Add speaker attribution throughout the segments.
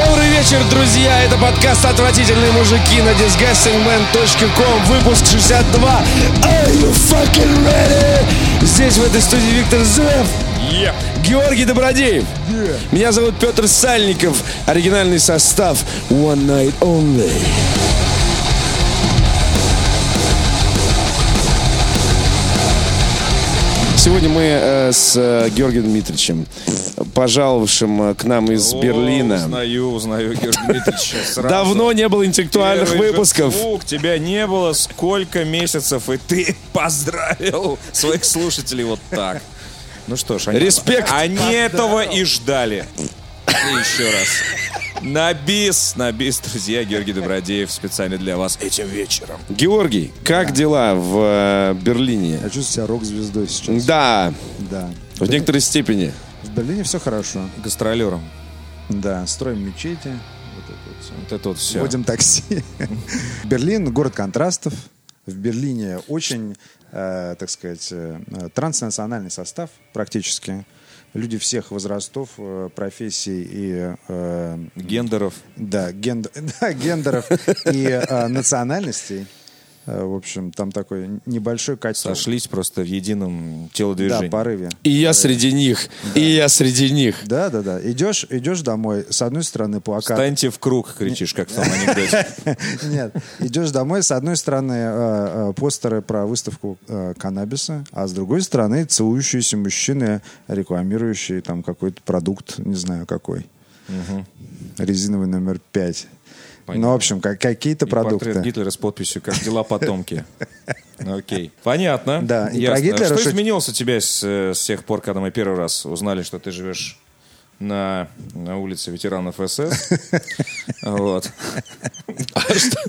Speaker 1: вечер, друзья! Это подкаст «Отвратительные мужики» на disgustingman.com, выпуск 62. Are you fucking ready? Здесь, в этой студии, Виктор Зуев. Георгий Добродеев. Меня зовут Петр Сальников. Оригинальный состав One Night Only. Сегодня мы э, с э, Георгием Дмитриевичем, пожаловавшим э, к нам из
Speaker 2: О,
Speaker 1: Берлина.
Speaker 2: Узнаю, узнаю, Георгий Дмитриевич. сразу.
Speaker 1: Давно не было интеллектуальных
Speaker 2: Первый же
Speaker 1: выпусков.
Speaker 2: звук тебя не было сколько месяцев, и ты поздравил своих слушателей вот так. Ну что ж, они,
Speaker 1: Респект.
Speaker 2: они этого и ждали. И еще раз. На бис, на бис, друзья, Георгий Добродеев специально для вас этим вечером.
Speaker 1: Георгий, как дела в э, Берлине?
Speaker 3: Я чувствую себя рок-звездой сейчас.
Speaker 1: Да,
Speaker 3: Да.
Speaker 1: в некоторой степени.
Speaker 3: В Берлине все хорошо.
Speaker 2: Гастролером.
Speaker 3: Да, строим мечети. Вот это вот всё.
Speaker 2: Вот это вот все.
Speaker 3: Водим такси. Берлин — город контрастов. В Берлине очень, э, так сказать, э, транснациональный состав практически. Люди всех возрастов, э, профессий и э,
Speaker 2: Гендеров.
Speaker 3: да, ген- да, гендеров и э, национальностей. Э, В общем, там такой небольшой котел.
Speaker 2: Сошлись просто в едином
Speaker 3: Да,
Speaker 2: телодвижении.
Speaker 3: порыве.
Speaker 1: И я среди них, и я среди них.
Speaker 3: Да, да, да. Идешь, идешь домой. С одной стороны плакат.
Speaker 2: Встаньте в круг, кричишь, как в том анекдоте.
Speaker 3: Нет, идешь домой, с одной стороны э, э, постеры про выставку э, каннабиса, а с другой стороны целующиеся мужчины, рекламирующие там какой-то продукт, не знаю какой. Резиновый номер пять.
Speaker 2: Понятно.
Speaker 3: Ну, в общем, как- какие-то
Speaker 2: И
Speaker 3: продукты.
Speaker 2: портрет Гитлера с подписью «Как дела, потомки?» Ну, Окей. Понятно.
Speaker 3: Да, и
Speaker 2: Ясно.
Speaker 3: про Гитлера
Speaker 2: Что
Speaker 3: шутить-
Speaker 2: изменилось у тебя с, э, с тех пор, когда мы первый раз узнали, что ты живешь на, на улице ветеранов СС? Вот.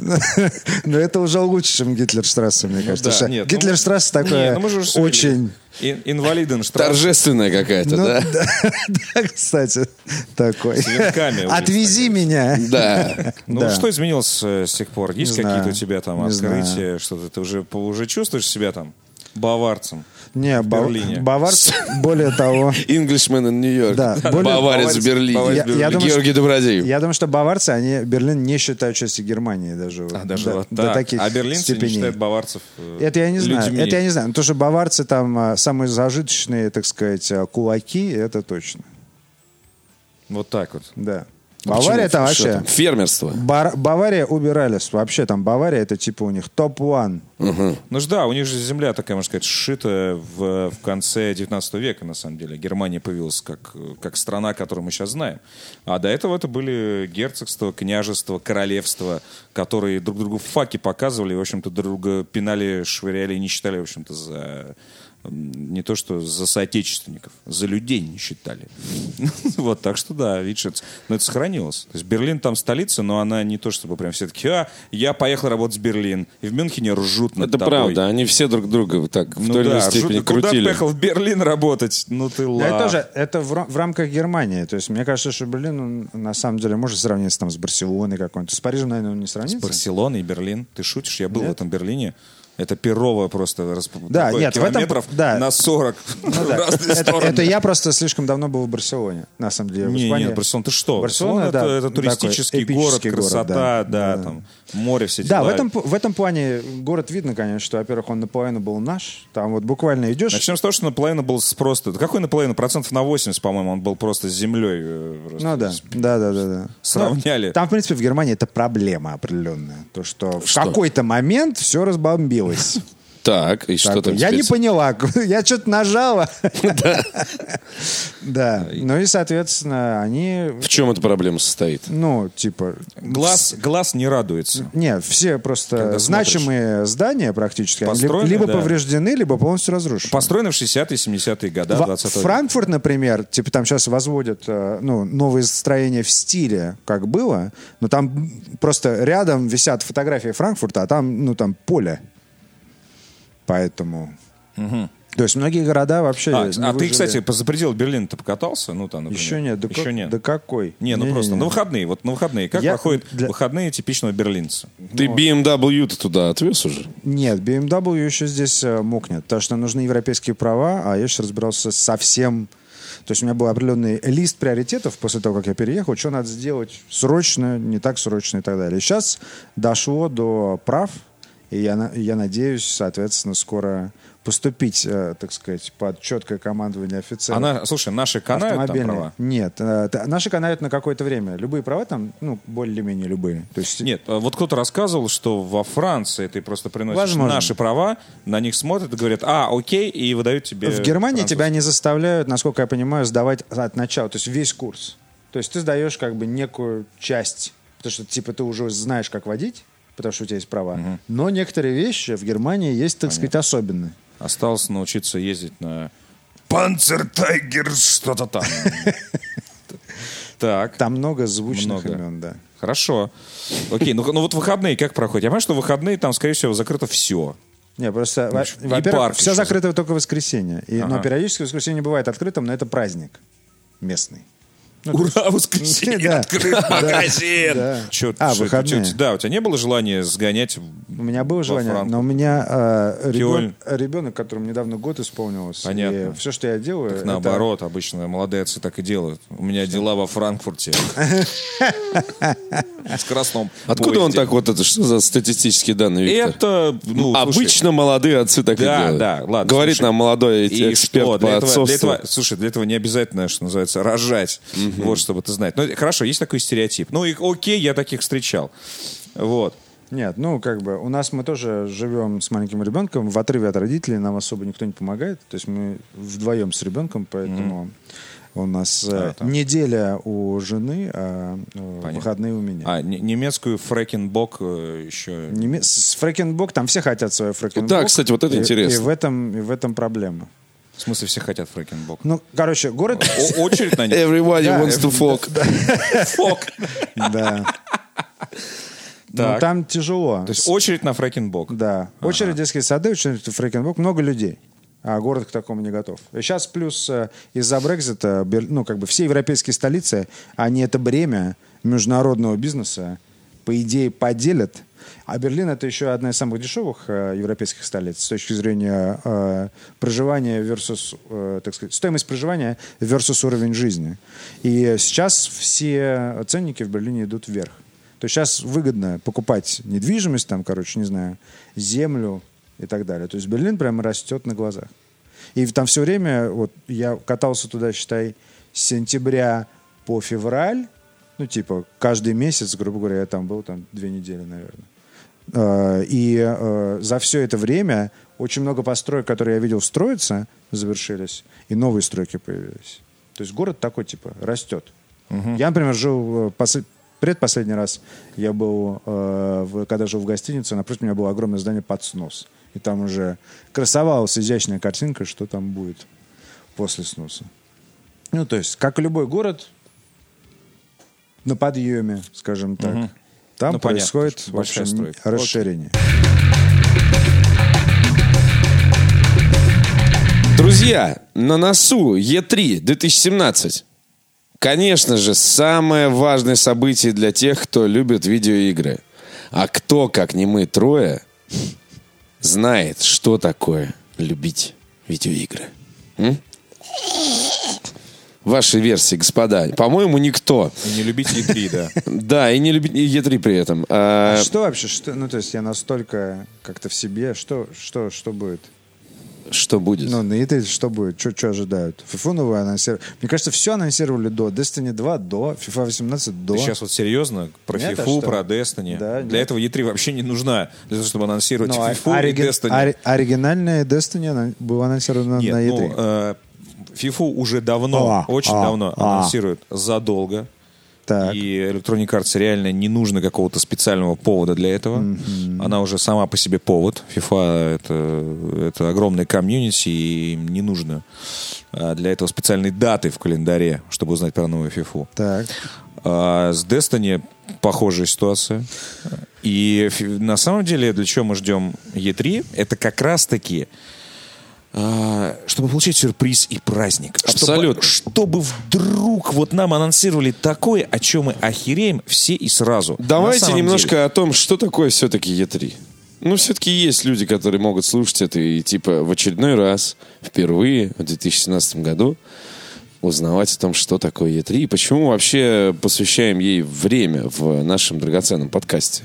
Speaker 3: Но это уже лучше, чем Гитлерштрассе, мне кажется.
Speaker 2: Да,
Speaker 3: Что
Speaker 2: нет, ну-
Speaker 3: Гитлерштрассе
Speaker 2: Не,
Speaker 3: такое
Speaker 2: ну мы же уже
Speaker 3: очень...
Speaker 2: ин- Инвалиден штраф.
Speaker 1: Торжественная какая-то,
Speaker 3: Ну,
Speaker 1: да?
Speaker 3: да, да, кстати, такой.
Speaker 2: венками улица
Speaker 3: Отвези меня.
Speaker 1: Да.
Speaker 2: Ну,
Speaker 3: да.
Speaker 2: что изменилось э, с тех пор? Есть
Speaker 3: Не знаю.
Speaker 2: какие-то у тебя там
Speaker 3: Не знаю.
Speaker 2: открытия? Что-то ты уже, по- уже чувствуешь себя там баварцем?
Speaker 3: Не,
Speaker 2: в
Speaker 3: ба-
Speaker 2: Берлине.
Speaker 3: баварцы, более того...
Speaker 1: Englishman in New York.
Speaker 3: Да, более-
Speaker 1: Баварец
Speaker 2: Баварец-
Speaker 1: в Берлине.
Speaker 2: Баварец
Speaker 3: в Я- я Берлине. думаю,
Speaker 1: Георгий Добродеев.
Speaker 3: Я думаю, что баварцы, они Берлин не считают частью Германии даже.
Speaker 2: А даже
Speaker 3: до,
Speaker 2: вот
Speaker 3: до
Speaker 2: так.
Speaker 3: таких
Speaker 2: а берлинцы
Speaker 3: степеней.
Speaker 2: не считают баварцев э,
Speaker 3: Это я не знаю.
Speaker 2: людьми.
Speaker 3: Это я не знаю. То, что баварцы там а, самые зажиточные, так сказать, а, кулаки, это точно.
Speaker 2: Вот так вот.
Speaker 3: Да. Бавария там
Speaker 1: Что
Speaker 3: вообще...
Speaker 1: там? Фермерство.
Speaker 3: Бар- Бавария убирались. Вообще там Бавария, это типа у них топ-1.
Speaker 2: Ну ж да, у них же земля такая, можно сказать, сшита в, в конце 19 века, на самом деле. Германия появилась как, э, как страна, которую мы сейчас знаем. А до этого это были герцогства, княжества, королевства, которые друг другу факи показывали, и, в общем-то, друг друга пинали, швыряли и не считали, в общем-то, за м, не то что за соотечественников, за людей не считали. Вот, так что да, видишь, это- но это сохранилось. То есть Берлин там столица, но она не то чтобы прям все таки а, я поехал работать в Берлин. И в Мюнхене ржут над
Speaker 1: Это
Speaker 2: тобой.
Speaker 1: правда, они все друг друга вот так в
Speaker 2: Ну
Speaker 1: той или иной
Speaker 2: да,
Speaker 1: степени
Speaker 2: жутко. куда ты
Speaker 1: крутили.
Speaker 2: поехал в Берлин работать? Ну ты
Speaker 3: Да,
Speaker 2: ладно.
Speaker 3: Это тоже это в, ра- в рамках Германии. То есть мне кажется, что Берлин, он, на самом деле, может сравниться там с Барселоной какой-то. С Парижем, наверное, он не сравнится.
Speaker 2: Барселона и Берлин. Ты шутишь? Я был в этом Берлине. Это Перово просто расп...
Speaker 3: Да,
Speaker 2: такое,
Speaker 3: нет, в этом-
Speaker 2: километров
Speaker 3: да. Ну
Speaker 2: на 40 в
Speaker 3: Да.
Speaker 2: разные
Speaker 3: это,
Speaker 2: стороны.
Speaker 3: это я просто слишком давно был в Барселоне, на самом деле. в
Speaker 2: Не,
Speaker 3: Испании.
Speaker 2: нет, Барселона, ты что?
Speaker 3: Барселона,
Speaker 2: Барселона,
Speaker 3: да,
Speaker 2: это, это
Speaker 3: такой
Speaker 2: туристический город,
Speaker 3: эпический город,
Speaker 2: красота,
Speaker 3: да.
Speaker 2: да,
Speaker 3: Да.
Speaker 2: там море все дела.
Speaker 3: Да, в этом, п- в этом плане город видно, конечно, что, во-первых, он наполовину был наш. Там вот буквально идешь...
Speaker 2: Начнем с того, что наполовину был с просто... Да какой наполовину? Процентов на 80, по-моему, он был просто с э, землей.
Speaker 3: ну да, да, да, да, да.
Speaker 2: Сравняли.
Speaker 3: Ну, Там, в принципе, в Германии это проблема определенная. То, что, в какой-то момент все разбомбилось.
Speaker 1: Так, и что
Speaker 3: Так,
Speaker 1: там
Speaker 3: Я
Speaker 1: теперь?
Speaker 3: не поняла, я что-то нажала. Да. Ну и, соответственно, они,
Speaker 1: В чем эта проблема состоит?
Speaker 3: ну, типа...
Speaker 2: Глаз, глаз не радуется.
Speaker 3: Нет, все
Speaker 2: Когда
Speaker 3: просто значимые здания практически они ли-
Speaker 2: Построены,
Speaker 3: либо
Speaker 2: да.
Speaker 3: повреждены, либо полностью разрушены.
Speaker 2: Построены в 60-е, 70-е годы
Speaker 3: Во-
Speaker 2: 20 века.
Speaker 3: Франкфурт, например, типа там сейчас возводят э, ну, новые строения в стиле, как было, но там просто рядом висят фотографии Франкфурта, а там, ну, там поле. Поэтому... То есть многие города вообще...
Speaker 2: А,
Speaker 3: не
Speaker 2: а ты,
Speaker 3: выжили.
Speaker 2: кстати, по- за пределы Берлина ты покатался? Ну, там, например.
Speaker 3: Еще нет. Да,
Speaker 2: Еще
Speaker 3: как-
Speaker 2: нет.
Speaker 3: да какой?
Speaker 2: Не, ну просто на выходные. Вот на выходные. Как
Speaker 3: Я-
Speaker 2: проходят
Speaker 3: для-
Speaker 2: выходные типичного берлинца?
Speaker 1: Ты BMW-то туда отвез уже?
Speaker 3: Нет, BMW еще здесь э, мокнет, потому что нужны европейские права, а я сейчас разбирался совсем... То есть у меня был определенный лист приоритетов после того, как я переехал, что надо сделать срочно, не так срочно и так далее. Сейчас дошло до прав, и я, на- я надеюсь, соответственно, скоро поступить, э, так сказать, под четкое командование офицеров.
Speaker 2: Она, слушай, наши канают там
Speaker 3: автомобильные.
Speaker 2: права.
Speaker 3: Нет, э, т- наши канают на какое-то время. Любые права там, ну, более-менее любые. То есть
Speaker 2: Нет, а вот кто-то рассказывал, что во Франции ты просто приносишь
Speaker 3: Возможно.
Speaker 2: наши права, на них смотрят и говорят, а, окей, и выдают тебе...
Speaker 3: В Германии
Speaker 2: француз-
Speaker 3: тебя не заставляют, насколько я понимаю, сдавать от начала, то есть весь курс. То есть ты сдаешь как бы некую часть, потому что типа ты уже знаешь, как водить, потому что у тебя есть права. Но некоторые вещи в Германии есть, так сказать, особенные.
Speaker 2: Осталось научиться ездить на... Панцертайгер что-то там. Так.
Speaker 3: Там много звучных
Speaker 2: Много.
Speaker 3: имен, да.
Speaker 2: Хорошо. Окей, ну, ну вот выходные как проходят? Я понимаю, что выходные там, скорее всего, закрыто все.
Speaker 3: Не, просто, во-
Speaker 2: Значит, и
Speaker 3: во-первых,
Speaker 2: парк
Speaker 3: все
Speaker 2: еще.
Speaker 3: закрыто только в воскресенье. И-
Speaker 2: Ага.
Speaker 3: Но периодически воскресенье бывает открытым, но это праздник местный.
Speaker 2: Ура, воскресенье
Speaker 3: Да.
Speaker 2: открыт магазин!
Speaker 3: Да.
Speaker 2: Чё-
Speaker 3: А,
Speaker 2: чё-
Speaker 3: выходные.
Speaker 2: чё- Да, у тебя не было желания сгонять?
Speaker 3: У меня было
Speaker 2: Во
Speaker 3: желание,
Speaker 2: Франкфурт.
Speaker 3: но у меня э,
Speaker 2: Тёль.
Speaker 3: ребен- ребенок, которому недавно год исполнилось,
Speaker 2: Понятно.
Speaker 3: и все, что я делаю, это-
Speaker 2: Наоборот, обычно молодые отцы так и делают. У меня дела во Франкфурте. С красном.
Speaker 4: Откуда он так вот это? Что за статистические данные, Виктор?
Speaker 2: Это, ну, слушай,
Speaker 4: Обычно молодые отцы так и
Speaker 2: Да,
Speaker 4: делают.
Speaker 2: да, ладно,
Speaker 4: Говорит
Speaker 2: слушай.
Speaker 4: нам молодой
Speaker 2: И что?
Speaker 4: эксперт
Speaker 2: Для
Speaker 4: по
Speaker 2: этого, для
Speaker 4: отцовству.
Speaker 2: этого- слушай, для этого не обязательно, что называется, рожать. Вот, чтобы ты знать. Ну, хорошо, есть такой стереотип. Ну, и окей, я таких встречал. Вот.
Speaker 3: Нет, ну как бы у нас мы тоже живем с маленьким ребенком в отрыве от родителей, нам особо никто не помогает, то есть мы вдвоем с ребенком, поэтому у нас э,
Speaker 4: А
Speaker 3: неделя у жены, а э, выходные у меня.
Speaker 2: А, не- немецкую фрекенбок э, еще...
Speaker 3: Неме- С фрекенбок там все хотят свое фрекенбок.
Speaker 4: Да, кстати, вот это
Speaker 3: И-
Speaker 4: интересно.
Speaker 3: И в этом и в этом проблема.
Speaker 2: В смысле, все хотят фрекенбок.
Speaker 3: Ну, короче, город.
Speaker 2: О- очередь на них.
Speaker 4: Everybody
Speaker 3: Да,
Speaker 4: wants to fuck.
Speaker 2: Фок.
Speaker 3: Да. Ну
Speaker 2: Так.
Speaker 3: там тяжело.
Speaker 2: То есть очередь на фрекенбок.
Speaker 3: Да. Очередь в детские сады, очередь в Фрейкенбург, много людей. А город к такому не готов. Сейчас плюс э, из-за Брекзита, Бер- ну, как бы все европейские столицы, они это бремя международного бизнеса, по идее, поделят. А Берлин это еще одна из самых дешевых э, европейских столиц с точки зрения э, проживания versus, э, так сказать, стоимость проживания versus уровень жизни. И сейчас все ценники в Берлине идут вверх. То сейчас выгодно покупать недвижимость, там, короче, не знаю, землю и так далее. То есть Берлин прямо растет на глазах. И там все время, вот я катался туда, считай, с сентября по февраль, ну, типа, каждый месяц, грубо говоря, я там был, там, две недели, наверное. Э, И э, за все это время очень много построек, которые я видел строиться, завершились, и новые стройки появились. То есть город такой, типа, растет. Я, например, жил э, посл- предпоследний раз, я был, э, в- когда жил в гостинице, напротив меня было огромное здание под снос. И там уже красовалась изящная картинка, что там будет после сноса. Ну, то есть, как и любой город, на подъеме, скажем так, там
Speaker 2: Ну, понятно,
Speaker 3: происходит
Speaker 2: что
Speaker 3: в общем,
Speaker 2: большая стройка.
Speaker 3: расширение.
Speaker 4: Друзья, на носу Е3 2017. Конечно же, самое важное событие для тех, кто любит видеоигры. А кто, как не мы трое, знает, что такое любить видеоигры? М? Ваши версии, господа. По-моему, никто.
Speaker 2: И Не любить E3, да.
Speaker 4: Да, и не любить и Е3 при этом. А,
Speaker 3: А что вообще? Что, ну, то есть я настолько как-то в себе. Что, что, что будет?
Speaker 4: Что будет?
Speaker 3: Ну, на E3 что будет? Что, что ожидают? FIFA новую анонсировали. Мне кажется, все анонсировали до. Destiny 2 до, FIFA 18 до.
Speaker 2: Ты сейчас вот серьезно про
Speaker 3: Нет, а
Speaker 2: FIFA,
Speaker 3: что?
Speaker 2: про Destiny.
Speaker 3: Да,
Speaker 2: Для
Speaker 3: нет.
Speaker 2: этого E3 вообще не нужна. Для того, чтобы анонсировать
Speaker 3: Ну, а-
Speaker 2: FIFA и
Speaker 3: ориги-
Speaker 2: Destiny.
Speaker 3: ори- оригинальная Destiny она была анонсирована
Speaker 2: Нет,
Speaker 3: на E
Speaker 2: ну,
Speaker 3: E3.
Speaker 2: э, FIFA уже давно,
Speaker 3: А,
Speaker 2: очень
Speaker 3: а,
Speaker 2: давно
Speaker 3: а.
Speaker 2: анонсирует задолго.
Speaker 3: Так.
Speaker 2: И Electronic Arts реально не нужно какого-то специального повода для этого. Она уже сама по себе повод. FIFA это, это огромное комьюнити, и им не нужно э, для этого специальной даты в календаре, чтобы узнать про новую FIFA.
Speaker 3: Так.
Speaker 2: А с Destiny похожая ситуация. И фи- на самом деле, для чего мы ждем E3, это как раз-таки а, чтобы получить сюрприз и праздник. Чтобы-
Speaker 4: Абсолютно.
Speaker 2: Чтобы, вдруг вот нам анонсировали такое, о чем мы охереем все и сразу. На
Speaker 4: Давайте
Speaker 2: самом
Speaker 4: немножко
Speaker 2: деле.
Speaker 4: о том, что такое все-таки Е3. Ну, все-таки есть люди, которые могут слушать это и, типа, в очередной раз, впервые, в 2017 году узнавать о том, что такое Е3 и почему вообще посвящаем ей время в нашем драгоценном подкасте.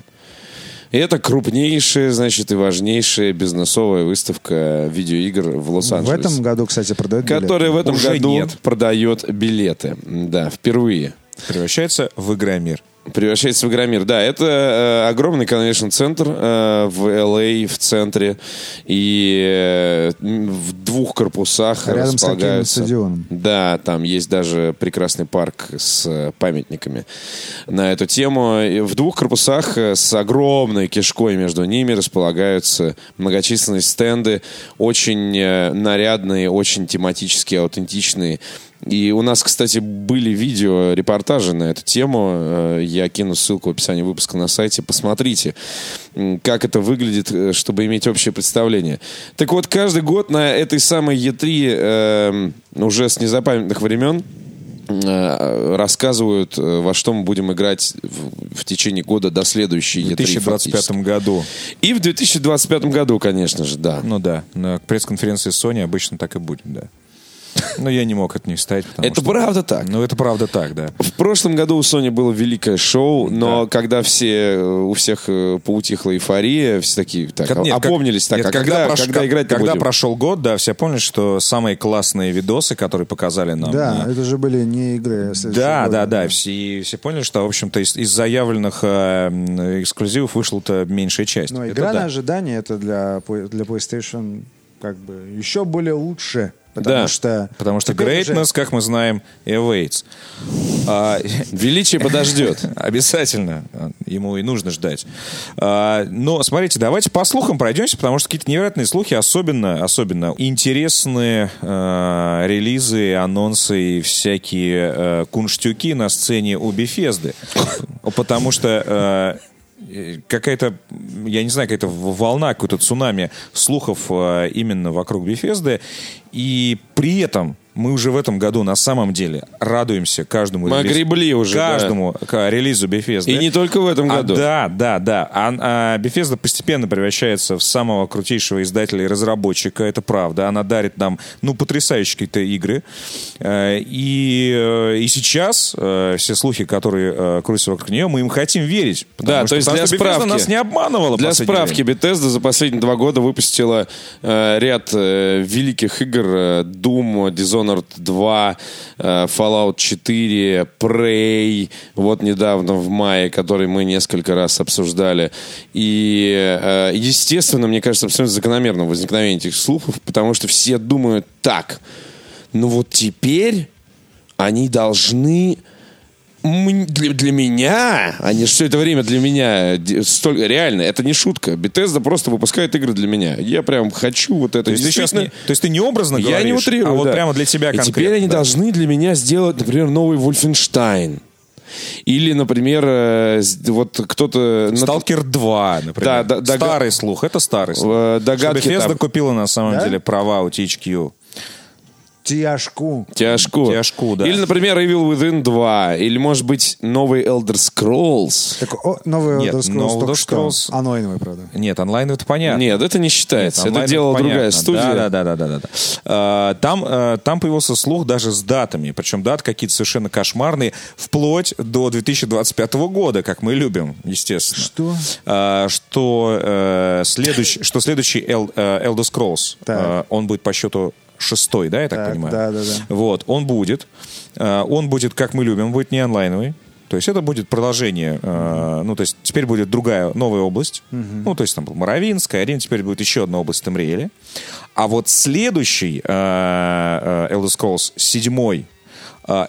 Speaker 4: И это крупнейшая, значит, и важнейшая бизнесовая выставка видеоигр в
Speaker 3: В
Speaker 4: Лос-Анджелесе.
Speaker 3: этом году, кстати, продают билеты.
Speaker 4: Которая в этом
Speaker 2: Уже
Speaker 4: году
Speaker 2: нет.
Speaker 4: продает билеты. Да, впервые
Speaker 2: Превращается в Игромир.
Speaker 4: превращается в Игромир. Да, это э, огромный конвеншн-центр э, в Л.А., в центре. И э, м, в двух корпусах
Speaker 3: Рядом с хоккейным
Speaker 4: располагаются...
Speaker 3: стадионом.
Speaker 4: Да, там есть даже прекрасный парк с э, памятниками на эту тему. И в двух корпусах э, с огромной кишкой между ними располагаются многочисленные стенды, очень э, нарядные, очень тематические, аутентичные. И у нас, кстати, были видео, репортажи на эту тему. Э, Я кину ссылку в описании выпуска на сайте. Посмотрите, м, как это выглядит, э, чтобы иметь общее представление. Так вот, каждый год на этой самой Е3 эм, уже с незапамятных времен э, рассказывают, э, во что мы будем играть в, в течение года до следующей
Speaker 2: В
Speaker 4: Е3
Speaker 2: 2025
Speaker 4: фактически.
Speaker 2: году.
Speaker 4: И в 2025 году, конечно же, да.
Speaker 2: Ну да, на пресс-конференции Sony обычно так и будет, да. Но я не мог это не вставить, потому
Speaker 4: Это
Speaker 2: что-
Speaker 4: правда так.
Speaker 2: Ну это правда так, да.
Speaker 4: В прошлом году у Sony было великое шоу, но когда все, э, у всех э, поутихла эйфория, все такие так,
Speaker 2: Как- нет, как-
Speaker 4: опомнились, так,
Speaker 2: нет,
Speaker 4: а когда,
Speaker 2: прош-
Speaker 4: когда
Speaker 2: как-
Speaker 4: играть
Speaker 2: когда
Speaker 4: будем?
Speaker 2: прошел год, да, все поняли, что самые классные видосы, которые показали нам.
Speaker 3: Да,
Speaker 2: на-
Speaker 3: это же были не игры. а следующего
Speaker 2: Да,
Speaker 3: года.
Speaker 2: да, да. Все, и все поняли, что, в общем-то, из, из заявленных э, м, эксклюзивов вышла-то меньшая часть.
Speaker 3: Но
Speaker 2: Это
Speaker 3: игра
Speaker 2: да.
Speaker 3: на ожидание это для, по- для PlayStation как бы еще более лучше. Потому
Speaker 4: Да,
Speaker 3: что,
Speaker 2: Потому что
Speaker 3: теперь уже-
Speaker 2: greatness, как мы знаем, awaits. А,
Speaker 4: Величие подождет.
Speaker 2: Обязательно. Ему и нужно ждать. А, Но смотрите, давайте по слухам пройдемся, потому что какие-то невероятные слухи, особенно, особенно интересные э, релизы, анонсы и всякие э, кунштюки на сцене у Бефезды. Потому что э, какая-то, я не знаю, какая-то волна, какой-то цунами слухов э, именно вокруг Бефезды. И при этом мы уже в этом году на самом деле радуемся каждому
Speaker 4: Мы
Speaker 2: релизу.
Speaker 4: огребли уже, да.
Speaker 2: Каждому каждому к релизу Bethesda.
Speaker 4: И не только в этом
Speaker 2: А,
Speaker 4: году.
Speaker 2: да, да, да. А, а, Bethesda постепенно превращается в самого крутейшего издателя и разработчика, это правда. Она дарит нам, ну, потрясающие какие-то игры. Э, И, э, и сейчас э, все слухи, которые э, крутятся вокруг нее, мы им хотим верить. Потому
Speaker 4: Да,
Speaker 2: что-
Speaker 4: то есть
Speaker 2: потому
Speaker 4: для
Speaker 2: что Bethesda
Speaker 4: справки.
Speaker 2: нас не обманывала. в
Speaker 4: Для
Speaker 2: последнее
Speaker 4: справки,
Speaker 2: время.
Speaker 4: Bethesda за последние два года выпустила э, ряд э, великих игр. э, Doom, Dishonored 2, э, Fallout 4, Prey, вот недавно в мае, который мы несколько раз обсуждали. И, э, естественно, мне кажется, абсолютно закономерно возникновение этих слухов, потому что все думают так. Ну вот теперь они должны М- для, для меня, они же все это время для меня, де- столь- реально, это не шутка. Бетезда просто выпускает игры для меня. Я прям хочу вот это.
Speaker 2: То есть, ты сейчас не,
Speaker 4: Действительно,
Speaker 2: то есть ты не образно говоришь,
Speaker 4: я не утрирую,
Speaker 2: а вот
Speaker 4: да.
Speaker 2: прямо для тебя
Speaker 4: И
Speaker 2: конкретно.
Speaker 4: теперь они
Speaker 2: да.
Speaker 4: должны для меня сделать, например, новый Вольфенштайн. Или, например, э, с- вот кто-то... на-
Speaker 2: Сталкер 2, например.
Speaker 4: Ну, Да, да, дога-
Speaker 2: старый слух, это старый слух.
Speaker 4: Э, догадки
Speaker 2: Что Bethesda
Speaker 4: там.
Speaker 2: купила на самом
Speaker 3: Да?
Speaker 2: деле права у THQ.
Speaker 3: Тяжку.
Speaker 4: Тяжку.
Speaker 2: Тяжку, да.
Speaker 4: Или, например, Evil Within 2. Или, может быть, новый Elder Scrolls.
Speaker 3: Так, о, новый
Speaker 2: Нет,
Speaker 3: Elder Scrolls
Speaker 2: новый
Speaker 3: только
Speaker 2: Elder
Speaker 3: что.
Speaker 2: Scrolls-
Speaker 3: Онлайновый, правда.
Speaker 2: Нет, онлайн это понятно.
Speaker 4: Нет, это не считается. это
Speaker 2: онлайн
Speaker 4: делала
Speaker 2: понятно.
Speaker 4: другая студия.
Speaker 2: Да, да, да, да, да. да. А, Там, э, там появился слух даже с датами. Причем даты какие-то совершенно кошмарные, вплоть до 2025 года, как мы любим, естественно.
Speaker 3: Что?
Speaker 2: А, Что, э, следующий, что следующий Эл- э, Elder Scrolls,
Speaker 3: Так.
Speaker 2: э, он будет по счету шестой, да, я так,
Speaker 3: Так,
Speaker 2: понимаю?
Speaker 3: да, да, да.
Speaker 2: Вот, он будет. Э, Он будет, как мы любим, будет не онлайновый. То есть это будет продолжение, э, ну, то есть теперь будет другая, новая область. Ну, то есть там был Моровинск, Скайрим, теперь будет еще одна область Тамриэля. А вот следующий э, э, Elder Scrolls 7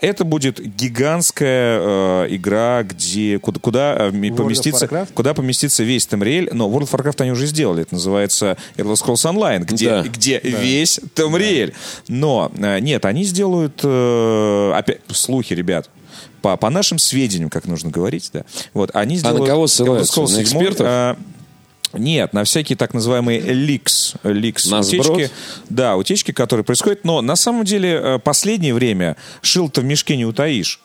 Speaker 2: это будет гигантская э, игра, где куда, куда э, м-
Speaker 3: of
Speaker 2: поместится,
Speaker 3: Warcraft?
Speaker 2: куда поместится весь Тамриэль. Но World of Warcraft они уже сделали. Это называется Elder Scrolls Online, где,
Speaker 4: Да.
Speaker 2: где весь Тамриэль. Но э, нет, они сделают э, опять слухи, ребят. По, по нашим сведениям, как нужно говорить, да. Вот
Speaker 4: А
Speaker 2: они
Speaker 4: на
Speaker 2: сделают.
Speaker 4: кого
Speaker 2: Elder
Speaker 4: ссылаются?
Speaker 2: Scrolls
Speaker 4: На
Speaker 2: 7,
Speaker 4: экспертов?
Speaker 2: э, нет, на всякие так называемые ликс, ликс
Speaker 4: На сброд?
Speaker 2: утечки, да, утечки, которые происходят. Но на самом деле э, последнее время шил-то в мешке не утаишь.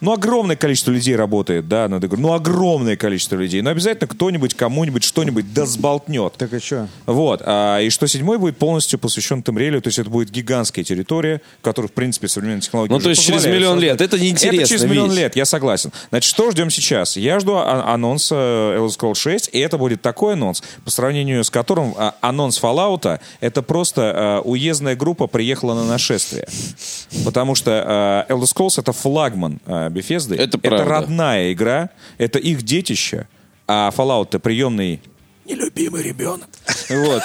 Speaker 2: Ну, огромное количество людей работает, да, над игрой. Ну, огромное количество людей. Но обязательно кто-нибудь кому-нибудь что-нибудь да сболтнет.
Speaker 3: Так и что?
Speaker 2: Вот. А, и что седьмой будет полностью посвящен Темрелю, то есть это будет гигантская территория, которую, в принципе, современные технологии
Speaker 4: Ну,
Speaker 2: уже
Speaker 4: то есть через
Speaker 2: позволяют
Speaker 4: миллион лет.
Speaker 2: создать.
Speaker 4: Это неинтересно
Speaker 2: Это через миллион
Speaker 4: видеть.
Speaker 2: лет, я согласен. Значит, что ждем сейчас? Я жду а- анонса Elder Scrolls 6, и это будет такой анонс, по сравнению с которым а, анонс Fallout это просто а, уездная группа приехала на нашествие. Потому что а, Elder Scrolls это флагман а, Bethesda.
Speaker 4: Это
Speaker 2: это
Speaker 4: правда.
Speaker 2: родная игра, это их детище, а Fallout это приемный нелюбимый ребенок. Вот.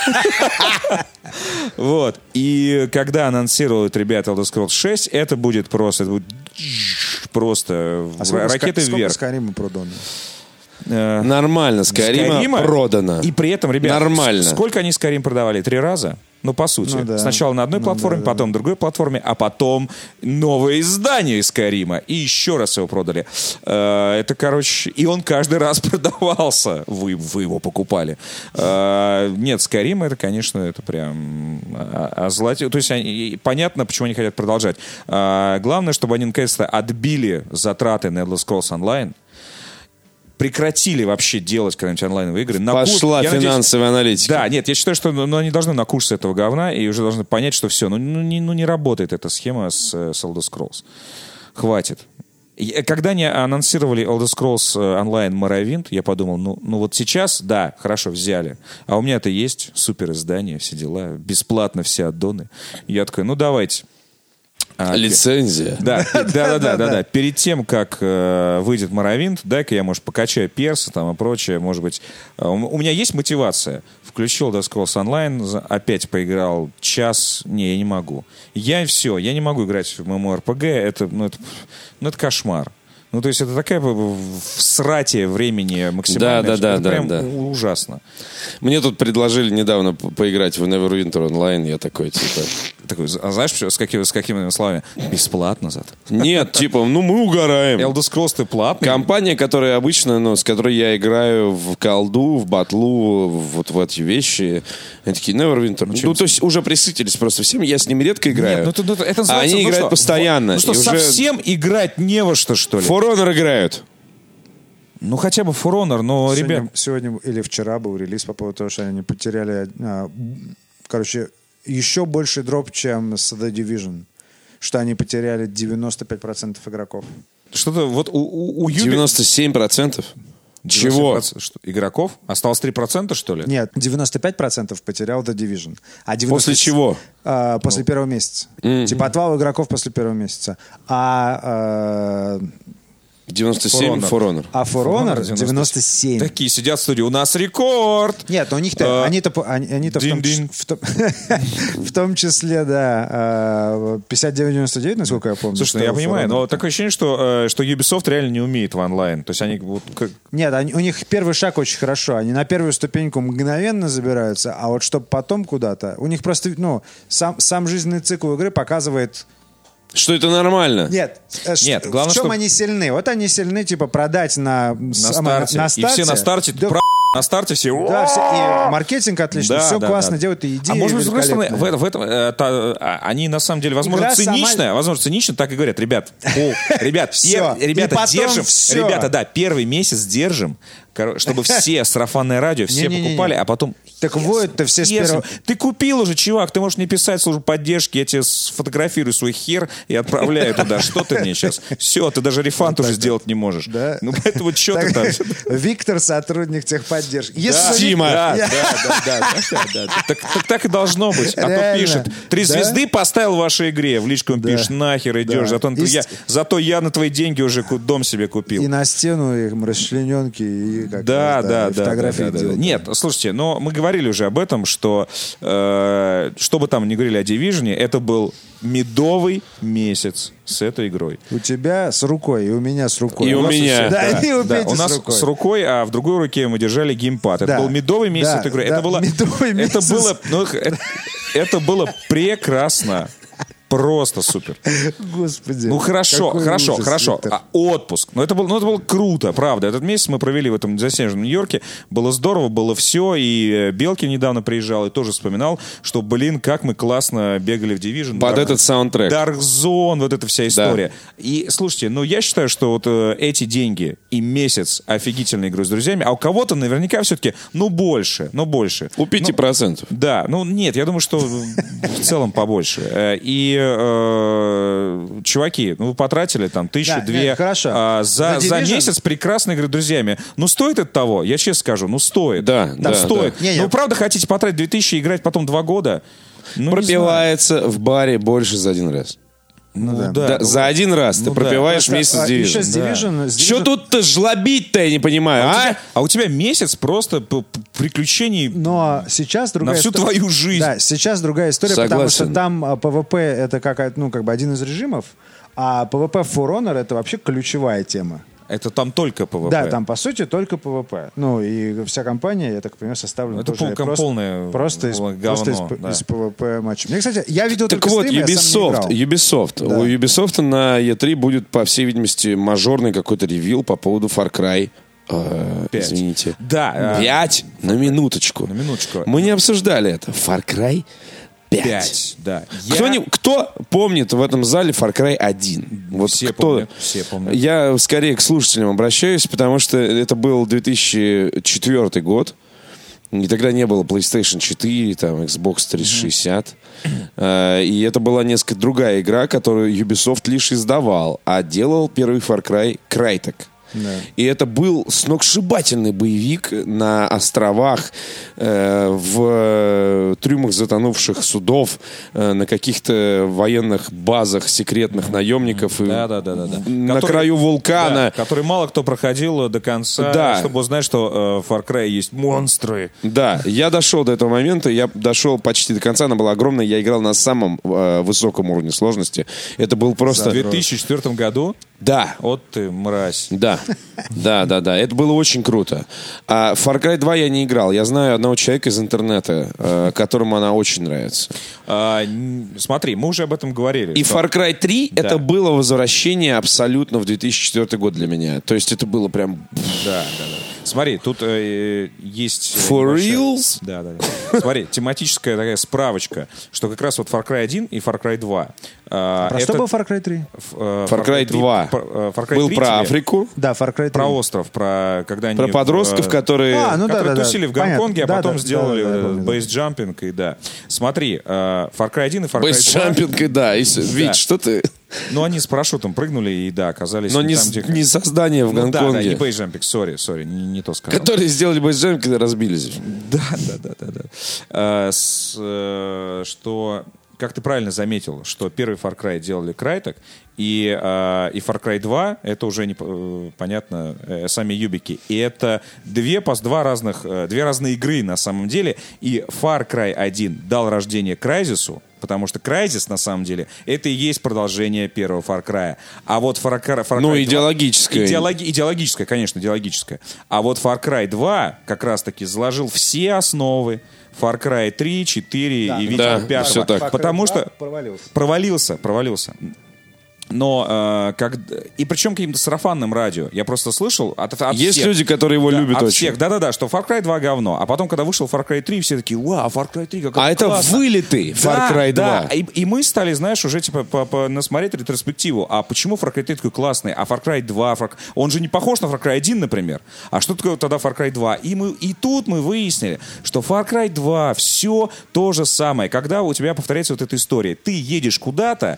Speaker 2: Вот. И когда анонсируют ребята Elder Scrolls 6, это будет просто... Это будет просто в-
Speaker 3: А сколько,
Speaker 2: ракеты
Speaker 3: ска- сколько
Speaker 2: вверх.
Speaker 3: Скайрима продано?
Speaker 2: Э,
Speaker 4: Нормально, Скайрима
Speaker 2: Скайрима.
Speaker 4: продано.
Speaker 2: И при этом, ребята,
Speaker 4: Нормально.
Speaker 2: с- сколько они Skyrim продавали? Три раза? Ну, по сути.
Speaker 3: Ну да.
Speaker 2: Сначала на одной
Speaker 3: Ну
Speaker 2: платформе,
Speaker 3: да, да.
Speaker 2: потом на другой платформе, а потом новое издание Скайрима. И еще раз его продали. Э, Это, короче... И он каждый раз продавался. Вы, вы его покупали. Э, Нет, Skyrim это, конечно, это прям... Озлатил. То есть они- и понятно, почему они хотят продолжать. Э, Главное, чтобы они наконец-то отбили затраты на Elder Scrolls Online прекратили вообще делать когда-нибудь онлайновые игры. На
Speaker 4: Пошла финансовая аналитика.
Speaker 2: Да, нет, я считаю, что ну, ну, они должны накушаться этого говна и уже должны понять, что все, ну, ну, не, ну, не работает эта схема с, э, с Elder Scrolls. Хватит. И, э, Когда они анонсировали Elder Scrolls э, онлайн Morrowind, я подумал, ну, ну вот сейчас, да, хорошо, взяли. А у меня-то есть супер издание, все дела, бесплатно все аддоны. Я такой, ну давайте. А,
Speaker 4: Лицензия.
Speaker 2: да, да, да, да, да, да. Перед тем, как э, выйдет Моровинт, дай-ка я, может, покачаю перса там и прочее, может быть. Э, У у меня есть мотивация. Включил Elder Scrolls онлайн, за- опять поиграл час. Не, я не могу. Я все, я не могу играть в MMORPG. Это, ну, это, ну, это кошмар. Ну, то есть это такая всратие времени максимальное.
Speaker 4: Да, да,
Speaker 2: что
Speaker 4: да,
Speaker 2: это
Speaker 4: да,
Speaker 2: прям
Speaker 4: да.
Speaker 2: у- ужасно.
Speaker 4: Мне тут предложили недавно по- поиграть в Neverwinter онлайн. Я такой, типа...
Speaker 2: Такой, а знаешь, с, какими, с какими словами? Бесплатно зато.
Speaker 4: Нет, типа, ну мы угораем.
Speaker 2: Elder Scrolls ты платный?
Speaker 4: Компания, которая обычно, ну, с которой я играю в колду, в батлу, в- вот в эти вещи, они такие, Neverwinter. Ну, то есть уже присытились просто всем, я с ними редко играю.
Speaker 2: Нет, ну, тут- тут
Speaker 4: а
Speaker 2: это называется,
Speaker 4: они
Speaker 2: ну
Speaker 4: играют
Speaker 2: что,
Speaker 4: постоянно.
Speaker 2: Ну что,
Speaker 4: и уже
Speaker 2: совсем играть не во что, что ли?
Speaker 4: For Honor играют.
Speaker 2: Ну хотя бы For Honor, но,
Speaker 3: Сегодня,
Speaker 2: Ну, ребят...
Speaker 3: сегодня или вчера был релиз по поводу того, что они потеряли, а, короче, еще больше дроп, чем с The Division. Что они потеряли 95% игроков.
Speaker 2: Что-то вот у, у, у Юби-
Speaker 4: 97%.
Speaker 2: 90%
Speaker 4: Чего?
Speaker 2: что, игроков? Осталось 3%, что ли?
Speaker 3: Нет, 95% потерял The Division. А 90
Speaker 4: После чего?
Speaker 3: А,
Speaker 2: Ну.
Speaker 3: после первого месяца. Типа отвал игроков после первого месяца. А, э,
Speaker 4: 97
Speaker 2: For Honor.
Speaker 4: For Honor.
Speaker 3: а For
Speaker 2: Honor
Speaker 3: Honor 97.
Speaker 2: Такие сидят в студии. У нас рекорд!
Speaker 3: Нет, у них-то,
Speaker 2: А,
Speaker 3: они-то, по- они- они-то в, том,
Speaker 2: динь-динь.
Speaker 3: чис- в, том, в том числе, да, а, 59-99, насколько я помню.
Speaker 2: Слушай, ну я
Speaker 3: второго
Speaker 2: понимаю,
Speaker 3: форума.
Speaker 2: но такое ощущение, что, э, что Ubisoft реально не умеет в онлайн. То есть они вот как-
Speaker 3: Нет, они- у них первый шаг очень хорошо. Они на первую ступеньку мгновенно забираются, а вот чтобы потом куда-то... У них просто, ну, сам, сам жизненный цикл игры показывает...
Speaker 4: Что это нормально?
Speaker 3: Нет, э, ш-
Speaker 2: Нет, главное,
Speaker 3: в чем
Speaker 2: чтоб-
Speaker 3: они сильны? Вот они сильны, типа, продать на,
Speaker 2: на,
Speaker 3: самое-
Speaker 2: старте.
Speaker 3: на
Speaker 2: И все на старте...
Speaker 3: Да,
Speaker 2: про- На старте все...
Speaker 3: да, все- и маркетинг отлично,
Speaker 2: Да,
Speaker 3: все
Speaker 2: да,
Speaker 3: ну,
Speaker 2: да.
Speaker 3: классно делают, и идеи
Speaker 2: А может быть, с другой стороны, в,
Speaker 3: великолепные.
Speaker 2: этом- в этом, э, та- а, они на самом деле, возможно,
Speaker 3: Игра сама-
Speaker 2: цинично, возможно, цинично так и говорят. Ребят, о, ребят,
Speaker 3: Всё.
Speaker 2: пер- ребята,
Speaker 3: И потом
Speaker 2: держим.
Speaker 3: всё.
Speaker 2: Ребята, да, первый месяц держим, коро- чтобы все сарафанное радио, все
Speaker 3: Не-не-не-не.
Speaker 2: покупали, а потом...
Speaker 3: Так
Speaker 2: Yes,
Speaker 3: вот-то все с
Speaker 2: yes.
Speaker 3: первого-
Speaker 2: Ты купил уже, чувак, ты можешь мне писать в службу поддержки, я тебе сфотографирую свой хер и отправляю туда. Что ты мне сейчас? Все, ты даже рефанд уже сделать не можешь.
Speaker 3: Да.
Speaker 2: Ну, поэтому что ты там?
Speaker 3: Так, Виктор, сотрудник техподдержки. Если они-
Speaker 4: Дима.
Speaker 2: Да,
Speaker 3: Я-
Speaker 2: да, да, да, да, да, да. Так, так- так и должно быть. А то
Speaker 3: Реально.
Speaker 2: пишет, три
Speaker 3: Да?
Speaker 2: звезды поставил в вашей игре, в личку им пишешь, нахер идешь,
Speaker 3: Да.
Speaker 2: зато,
Speaker 3: И с-
Speaker 2: я, зато я на твои деньги уже ку- дом себе
Speaker 3: И
Speaker 2: купил.
Speaker 3: на стену их расчлененки и как
Speaker 2: Да,
Speaker 3: раз,
Speaker 2: да,
Speaker 3: и
Speaker 2: да, да,
Speaker 3: фотографии
Speaker 2: да, да.
Speaker 3: делал.
Speaker 2: Нет, слушайте, но мы говорили уже об этом, что э, что бы там ни говорили о Division, это был медовый месяц с этой игрой.
Speaker 3: У тебя с рукой, и у меня с рукой.
Speaker 4: И у
Speaker 3: нас
Speaker 4: меня.
Speaker 3: всё- Да,
Speaker 2: Да,
Speaker 3: и у
Speaker 2: да,
Speaker 3: Пети
Speaker 2: у нас
Speaker 3: с рукой.
Speaker 2: а в другой руке мы держали геймпад. Это
Speaker 3: Да.
Speaker 2: был медовый месяц
Speaker 3: Да,
Speaker 2: от игры.
Speaker 3: да,
Speaker 2: это было,
Speaker 3: медовый
Speaker 2: это
Speaker 3: месяц.
Speaker 2: было, ну, э, это было прекрасно. Просто супер.
Speaker 3: Господи.
Speaker 2: Ну хорошо,
Speaker 3: какой
Speaker 2: хорошо,
Speaker 3: ужас,
Speaker 2: хорошо.
Speaker 3: Виктор.
Speaker 2: А отпуск. Ну это было, ну это было круто, правда. Этот месяц мы провели в этом заснеженном Нью-Йорке. Было здорово, было все. И э, Белкин недавно приезжал и тоже вспоминал, что, блин, как мы классно бегали в Division.
Speaker 4: Под
Speaker 2: Dark-
Speaker 4: этот саундтрек.
Speaker 2: Dark Zone, вот эта вся история. И слушайте, ну я считаю, что вот э, эти деньги и месяц офигительной игры с друзьями, а у кого-то наверняка все-таки, ну больше, ну больше.
Speaker 4: У 5%.
Speaker 2: Да, ну нет, я думаю, что в целом побольше. Э, И, э, чуваки, ну вы потратили там
Speaker 3: Да,
Speaker 2: тысячу,
Speaker 3: нет,
Speaker 2: две
Speaker 3: хорошо.
Speaker 2: а, за,
Speaker 3: За
Speaker 2: за
Speaker 3: Division?
Speaker 2: месяц прекрасной игры с друзьями. Ну стоит это того? Я честно скажу, ну стоит.
Speaker 4: Да, да,
Speaker 2: стоит.
Speaker 3: да. Не,
Speaker 2: ну
Speaker 3: я-
Speaker 2: правда хотите потратить 2000 и играть потом два года? Ну, не
Speaker 4: Пробивается в баре больше за один раз.
Speaker 2: знаю. Ну, да.
Speaker 4: Да, за один раз ты
Speaker 2: Ну да.
Speaker 4: пробиваешь
Speaker 3: Просто,
Speaker 4: месяц
Speaker 3: а, Еще
Speaker 4: Division.
Speaker 3: с Division... с
Speaker 4: Что
Speaker 3: Division-
Speaker 4: тут-то жлобить-то, я не понимаю,
Speaker 2: А у
Speaker 4: а?
Speaker 2: тебя- А у тебя месяц просто п- п- приключений
Speaker 3: Но сейчас другая
Speaker 2: всю
Speaker 3: история-
Speaker 2: твою жизнь.
Speaker 3: Да, сейчас другая история, потому что
Speaker 4: Согласен.
Speaker 3: там а, PvP это как, ну, как бы один из режимов, а PvP в For Honor это вообще ключевая тема.
Speaker 2: Это там только ПВП.
Speaker 3: Да, там по сути только PvP. Ну и вся компания, я так понимаю, составлена
Speaker 2: Ну, Это
Speaker 3: тоже
Speaker 2: пол-
Speaker 3: просто,
Speaker 2: полное
Speaker 3: просто из,
Speaker 2: говно,
Speaker 3: просто из,
Speaker 2: да.
Speaker 3: из PvP матча. Мне, кстати, я видел
Speaker 4: Так
Speaker 3: только
Speaker 4: вот,
Speaker 3: стримы, я сам не играл.
Speaker 4: Ubisoft, Ubisoft.
Speaker 3: Да.
Speaker 4: У Ubisoft на E3 будет, по всей видимости, мажорный какой-то ревил по поводу Far Cry. э,
Speaker 2: Пять.
Speaker 4: извините.
Speaker 2: Да, э,
Speaker 4: Пять на минуточку.
Speaker 2: На минуточку.
Speaker 4: Мы не обсуждали это. Far Cry 5.
Speaker 2: пять. Да. Я-
Speaker 4: Кто, не- кто помнит в этом зале Far Cry 1? Вот
Speaker 2: Все
Speaker 4: кто?
Speaker 2: помнят, все помнят.
Speaker 4: Я скорее к слушателям обращаюсь, потому что это был 2004 год. И тогда не было PlayStation 4, там, Xbox 360. Э, И это была несколько другая игра, которую Ubisoft лишь издавал, а делал первый Far Cry Crytek.
Speaker 3: Да.
Speaker 4: И это был сногсшибательный боевик на островах, э, в э, трюмах затонувших судов, э, на каких-то военных базах секретных наемников. и
Speaker 2: Да, да, да, да, да.
Speaker 4: На
Speaker 2: Который-
Speaker 4: краю вулкана.
Speaker 2: Да, который мало кто проходил э, до конца,
Speaker 4: Да.
Speaker 2: чтобы узнать, что э, в Far Cry есть монстры.
Speaker 4: Да, я дошел до этого момента, я дошел почти до конца, она была огромная, я играл на самом э, высоком уровне сложности. Это был
Speaker 2: В
Speaker 4: просто...
Speaker 2: 2004 году.
Speaker 4: Да,
Speaker 2: Вот ты мразь.
Speaker 4: да, да, да, да, это было очень круто. А Far Cry 2 я не играл, я знаю одного человека из интернета, э, которому она очень нравится.
Speaker 2: А, н- смотри, мы уже об этом говорили.
Speaker 4: И Far Cry 3
Speaker 2: Да.
Speaker 4: это было возвращение абсолютно в 2004 год для меня. То есть это было прям...
Speaker 2: Да, да, да. Смотри, тут э, есть... э,
Speaker 4: For
Speaker 2: небольшая-
Speaker 4: reals?
Speaker 2: Да, да, да. Смотри, тематическая такая справочка, что как раз вот Far Cry 1 и Far Cry 2. а,
Speaker 3: Про
Speaker 2: это-
Speaker 3: что был Far Cry 3?
Speaker 2: Ф- э,
Speaker 4: Far Cry 2
Speaker 2: про- э, Far Cry
Speaker 4: был
Speaker 2: 3
Speaker 4: про
Speaker 2: тебе-
Speaker 4: Африку,
Speaker 3: Да, Far Cry 3.
Speaker 2: Про остров, про когда они...
Speaker 4: про
Speaker 2: в,
Speaker 4: подростков,
Speaker 2: э,
Speaker 4: которые...
Speaker 3: А, ну да,
Speaker 2: которые
Speaker 3: да, да.
Speaker 2: тусили в
Speaker 3: Понятно.
Speaker 2: Гонконге, а
Speaker 3: Да,
Speaker 2: потом
Speaker 3: да,
Speaker 2: сделали
Speaker 3: да, да, я помню, да.
Speaker 2: бейсджампинг, и да. Смотри, э, Far Cry 1 и Far Cry 2,
Speaker 4: Бейсджампинг, и да. и с- Вить, что ты...
Speaker 2: ну, они с парашютом прыгнули и, да, оказались...
Speaker 4: Но не,
Speaker 2: там,
Speaker 4: с-
Speaker 2: где-
Speaker 4: не создание в
Speaker 2: Ну, да, да, не
Speaker 4: Гонконге.
Speaker 2: бейсджампинг, сори, сори, не, не то сказал.
Speaker 4: Которые сделали бейсджампинг, когда разбились.
Speaker 2: Да, да, да, да, да. А, с, э, что, как ты правильно заметил, что первый Far Cry делали Крайтек, и, а, и Far Cry 2, это уже не, п- э, понятно, э, сами юбики. И это две, пос- два разных, э, две разные игры на самом деле. И Far Cry 1 дал рождение Крайзису, потому что Крайзис, на самом деле, это и есть продолжение первого Far Cry. А вот Far Cry... Far
Speaker 4: Ну,
Speaker 2: Cry 2
Speaker 4: идеологическое.
Speaker 2: идеологи- идеологическое, конечно, идеологическое. А вот Far Cry 2 как раз-таки заложил все основы Far Cry 3, 4 и, видимо,
Speaker 4: Да,
Speaker 2: 5.
Speaker 4: всё так.
Speaker 3: Far Cry
Speaker 2: Потому
Speaker 3: 2
Speaker 2: что
Speaker 3: провалился.
Speaker 2: провалился, провалился. Но э, как и причем каким-то сарафанным радио. Я просто слышал от, от
Speaker 4: Есть
Speaker 2: всех.
Speaker 4: люди, которые его
Speaker 2: Да,
Speaker 4: любят
Speaker 2: от
Speaker 4: очень.
Speaker 2: всех. Да-да-да, что Far Cry 2 говно. А потом, когда вышел Far Cry 3, все такие, вау, Far Cry 3 как
Speaker 4: А это
Speaker 2: классно».
Speaker 4: вылитый Far
Speaker 2: Да,
Speaker 4: Cry 2.
Speaker 2: да. А И, и мы стали, знаешь, уже типа по- по- насмотреть ретроспективу. А почему Far Cry 3 такой классный, а Far Cry 2, Far- он же не похож на Far Cry 1, например. А что такое тогда Far Cry 2? И, мы, и тут мы выяснили, что Far Cry 2 все то же самое. Когда у тебя повторяется вот эта история, ты едешь куда-то,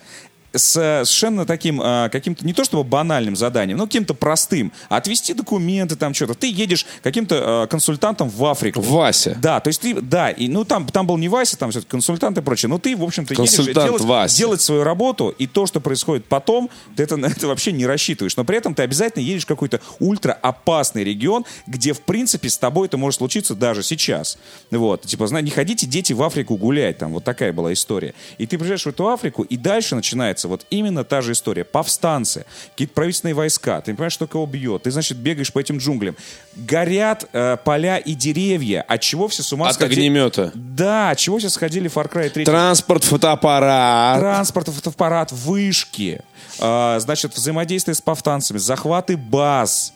Speaker 2: с э, совершенно таким э, каким-то не то чтобы банальным заданием, но каким-то простым. Отвести документы там что-то. Ты едешь каким-то э, консультантом в Африку.
Speaker 4: Вася.
Speaker 2: Да, то есть ты, да, и, ну там, там был не Вася, там все-таки консультант и прочее, но ты, в общем-то, едешь
Speaker 4: Консультант
Speaker 2: делать,
Speaker 4: Вася.
Speaker 2: делать свою работу, и то, что происходит потом, ты это, на это вообще не рассчитываешь. Но при этом ты обязательно едешь в какой-то ультраопасный регион, где, в принципе, с тобой это может случиться даже сейчас. Вот, типа, зна- не ходите дети в Африку гулять, там, вот такая была история. И ты приезжаешь в эту Африку, и дальше начинается начинается вот именно та же история. Повстанцы, какие-то правительственные войска, ты не понимаешь, что кого бьет, ты, значит, бегаешь по этим джунглям. Горят э, поля и деревья, от чего все с ума
Speaker 4: От
Speaker 2: сходили-
Speaker 4: огнемета.
Speaker 2: Да, от чего все сходили в Far Cry 3.
Speaker 4: Транспорт, фотоаппарат.
Speaker 2: Транспорт, фотоаппарат, вышки, э, значит, взаимодействие с повстанцами, захваты баз.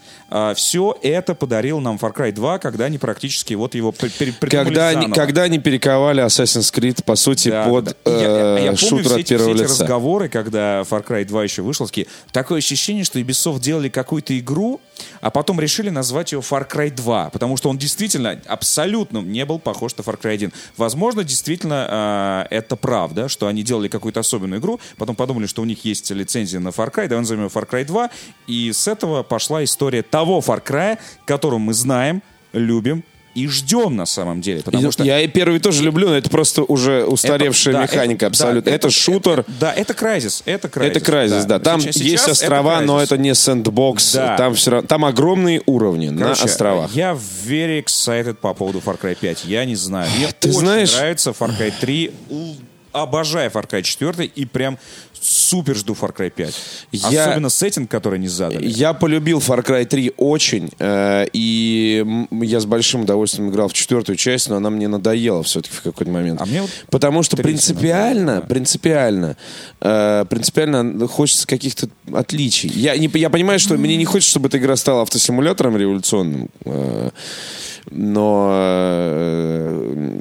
Speaker 2: все это подарил нам Far Cry 2, когда они практически вот его пр- пр- придумали
Speaker 4: Когда они,
Speaker 2: заново.
Speaker 4: когда они перековали Assassin's Creed, по сути,
Speaker 2: Да,
Speaker 4: под
Speaker 2: да. И я- я-
Speaker 4: э,
Speaker 2: я помню
Speaker 4: шутер
Speaker 2: все
Speaker 4: от
Speaker 2: эти-
Speaker 4: первого
Speaker 2: все эти
Speaker 4: лица.
Speaker 2: разговоры, когда Far Cry 2 еще вышел, такие, такое ощущение, что Ubisoft делали какую-то игру, а потом решили назвать ее Far Cry 2, потому что он действительно абсолютно не был похож на Far Cry 1. Возможно, действительно э, это правда, что они делали какую-то особенную игру, потом подумали, что у них есть лицензия на Far Cry, давай назовем ее Far Cry 2, и с этого пошла история того Far Cry, которого мы знаем, любим и ждем на самом деле, потому
Speaker 4: И-
Speaker 2: что
Speaker 4: Я и первый тоже люблю, но это просто уже устаревшая
Speaker 2: да,
Speaker 4: механика
Speaker 2: это-
Speaker 4: абсолютно.
Speaker 2: да,
Speaker 4: это, шутер, это,
Speaker 2: Да, это Crysis, это Crysis.
Speaker 4: Crysis, да. Там
Speaker 2: Сейчас-
Speaker 4: есть
Speaker 2: сейчас
Speaker 4: острова, но
Speaker 2: Crysis.
Speaker 4: это не сэндбокс.
Speaker 2: Да.
Speaker 4: Там все равно, там огромные уровни
Speaker 2: Короче,
Speaker 4: на островах.
Speaker 2: Я very excited по поводу Far Cry 5. Я не знаю. Мне
Speaker 4: Ты
Speaker 2: очень
Speaker 4: знаешь-
Speaker 2: нравится Far Cry 3. Л- Обожаю Far Cry 4 и прям супер жду Far Cry 5.
Speaker 4: Я-
Speaker 2: Особенно сеттинг, который не задали.
Speaker 4: Я полюбил Far Cry 3 очень, э, и м, я с большим удовольствием играл в четвертую часть, но она мне надоела все-таки в какой-то момент.
Speaker 2: А мне вот
Speaker 4: Потому что
Speaker 2: третья
Speaker 4: принципиально, принципиально, э, принципиально хочется каких-то отличий. Я, не, п- я понимаю, что мне не хочется, чтобы эта игра стала автосимулятором революционным, э, но э,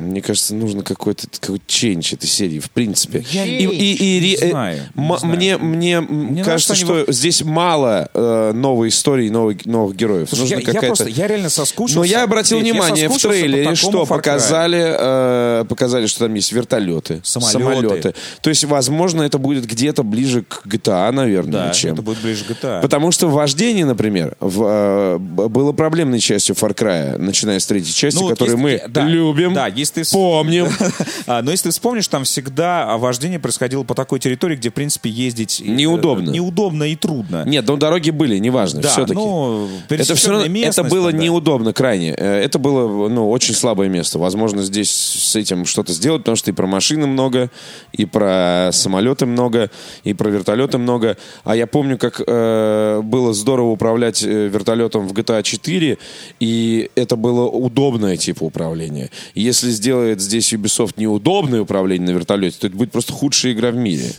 Speaker 4: мне кажется, нужно какой-то какой ченч этой серии, в принципе. И- и- и
Speaker 2: Не
Speaker 4: ре- э,
Speaker 2: знаю, не
Speaker 4: м-
Speaker 2: знаю.
Speaker 4: Мне, мне м,
Speaker 2: Мне
Speaker 4: кажется,
Speaker 2: нравится,
Speaker 4: что
Speaker 2: они
Speaker 4: здесь мало э, новой истории, новых, новых героев.
Speaker 2: Слушай,
Speaker 4: Нужно
Speaker 2: я, я
Speaker 4: какая-то-
Speaker 2: просто, я реально соскучился.
Speaker 4: Но я обратил
Speaker 2: Нет, я
Speaker 4: внимание в
Speaker 2: соскучился по
Speaker 4: трейлере,
Speaker 2: такому
Speaker 4: что
Speaker 2: Far Cry.
Speaker 4: показали, э, показали, что там есть вертолеты,
Speaker 2: Самолеты.
Speaker 4: То есть, возможно, это будет где-то ближе к GTA, наверное,
Speaker 2: Да,
Speaker 4: чем.
Speaker 2: это будет ближе к GTA.
Speaker 4: Потому что вождение, например, в, э, б- было проблемной частью Far Cry, начиная с третьей части,
Speaker 2: Ну, вот
Speaker 4: которую мы
Speaker 2: если- да,
Speaker 4: любим,
Speaker 2: Да, если ты
Speaker 4: помним.
Speaker 2: А, Но если ты вспомнишь, там всегда а, вождение происходило по такой территории, где, в принципе, ездить... э,
Speaker 4: Неудобно.
Speaker 2: Неудобно и трудно.
Speaker 4: Нет, но дороги были, неважно,
Speaker 2: Да,
Speaker 4: все-таки.
Speaker 2: ну,
Speaker 4: это все
Speaker 2: пересечённая
Speaker 4: равно, это
Speaker 2: местность
Speaker 4: было
Speaker 2: там, да.
Speaker 4: неудобно крайне. Э, Это было, ну, очень слабое место. Возможно, здесь с этим что-то сделать, потому что и про машины много, и про самолеты много, и про вертолеты много. А я помню, как э, было здорово управлять э, вертолетом в GTA 4, и это было удобное типа управления. Если сделает здесь Ubisoft неудобное управление на вертолете, то это будет просто худшая игра в мире.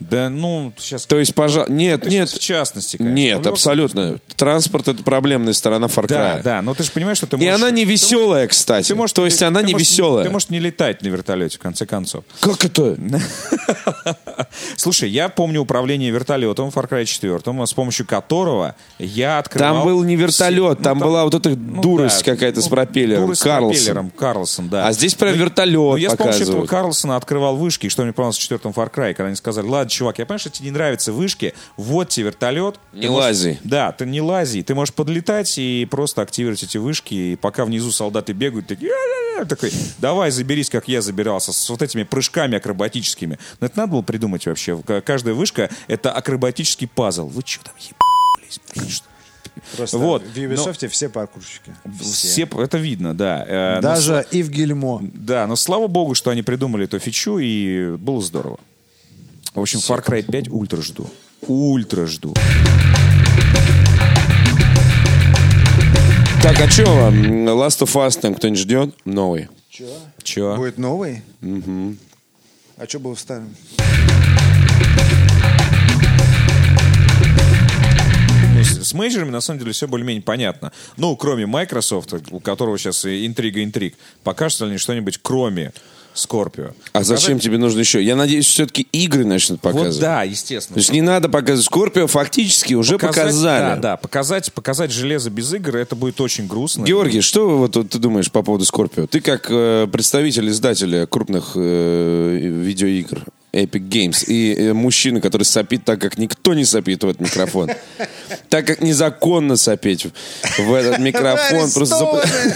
Speaker 2: Да, ну, сейчас...
Speaker 4: То есть, пожалуйста... Нет, нет,
Speaker 2: В частности, конечно.
Speaker 4: нет,
Speaker 2: Ну,
Speaker 4: абсолютно. Транспорт это проблемная сторона Far Cry.
Speaker 2: Да, да, но ты же понимаешь, что ты
Speaker 4: И
Speaker 2: можешь...
Speaker 4: она не веселая, кстати.
Speaker 2: Ты можешь,
Speaker 4: То есть
Speaker 2: ты-
Speaker 4: она
Speaker 2: ты
Speaker 4: не
Speaker 2: можешь-
Speaker 4: веселая.
Speaker 2: Ты можешь не летать на вертолете, в конце концов.
Speaker 4: Как это?
Speaker 2: Слушай, я помню управление вертолетом в Far Cry 4, с помощью которого я открывал...
Speaker 4: Там был не
Speaker 2: все-
Speaker 4: вертолет,
Speaker 2: ну,
Speaker 4: там, была вот эта
Speaker 2: ну,
Speaker 4: дурость
Speaker 2: да,
Speaker 4: какая-то с
Speaker 2: ну,
Speaker 4: пропеллером.
Speaker 2: дурость с
Speaker 4: Карлсон.
Speaker 2: пропеллером, Карлсон, да.
Speaker 4: А здесь прям
Speaker 2: Ну,
Speaker 4: вертолет
Speaker 2: ну, я с помощью этого
Speaker 4: показывают.
Speaker 2: Карлсона открывал вышки, и что мне понравилось в четвертом Far Cry, когда они сказали, ладно, чувак, я понимаю, что тебе не нравятся вышки, вот тебе вертолет.
Speaker 4: Не
Speaker 2: Ты можешь-
Speaker 4: лази.
Speaker 2: Да, ты не лази, ты можешь подлетать и просто активировать эти вышки, и пока внизу солдаты бегают, такие, «Ля-ля-ля», такой, давай заберись, как я забирался, с вот этими прыжками акробатическими. Но это надо было придумать вообще. К- Каждая вышка — это акробатический пазл. Вы что там ебались? блин, что?
Speaker 3: Просто
Speaker 2: Вот, ну
Speaker 3: в Ubisoft все паркурщики.
Speaker 2: Все, это видно, да. Э, но
Speaker 3: Даже и в Гильмо.
Speaker 2: да, но слава богу, что они придумали эту фичу, и было здорово. В общем, Far Cry 5 ультра жду. Ультра жду.
Speaker 4: Так, а что вам? Last of Us там кто-нибудь ждет? Новый.
Speaker 2: Чё?
Speaker 3: Будет новый? А что было в старом?
Speaker 2: Ну, с, с мейджерами, на самом деле, все более-менее понятно. Ну, кроме Microsoft, у которого сейчас и интрига-интриг, покажут ли они что-нибудь, кроме Scorpio?
Speaker 4: А зачем тебе нужно еще? Я надеюсь, все-таки игры начнут показывать.
Speaker 2: Вот да,
Speaker 4: То
Speaker 2: естественно.
Speaker 4: есть не надо показывать. Скорпио фактически уже
Speaker 2: Да,
Speaker 4: показали.
Speaker 2: да, показать, показать железо без игр, это будет очень грустно.
Speaker 4: Георгий, что вот вот ты думаешь по поводу Скорпио? Ты как э, представитель издателя крупных э, видеоигр Epic Games и э, мужчина, который сопит так, как никто не сопит в этот микрофон. Так как незаконно сопеть в- в этот микрофон. просто зап-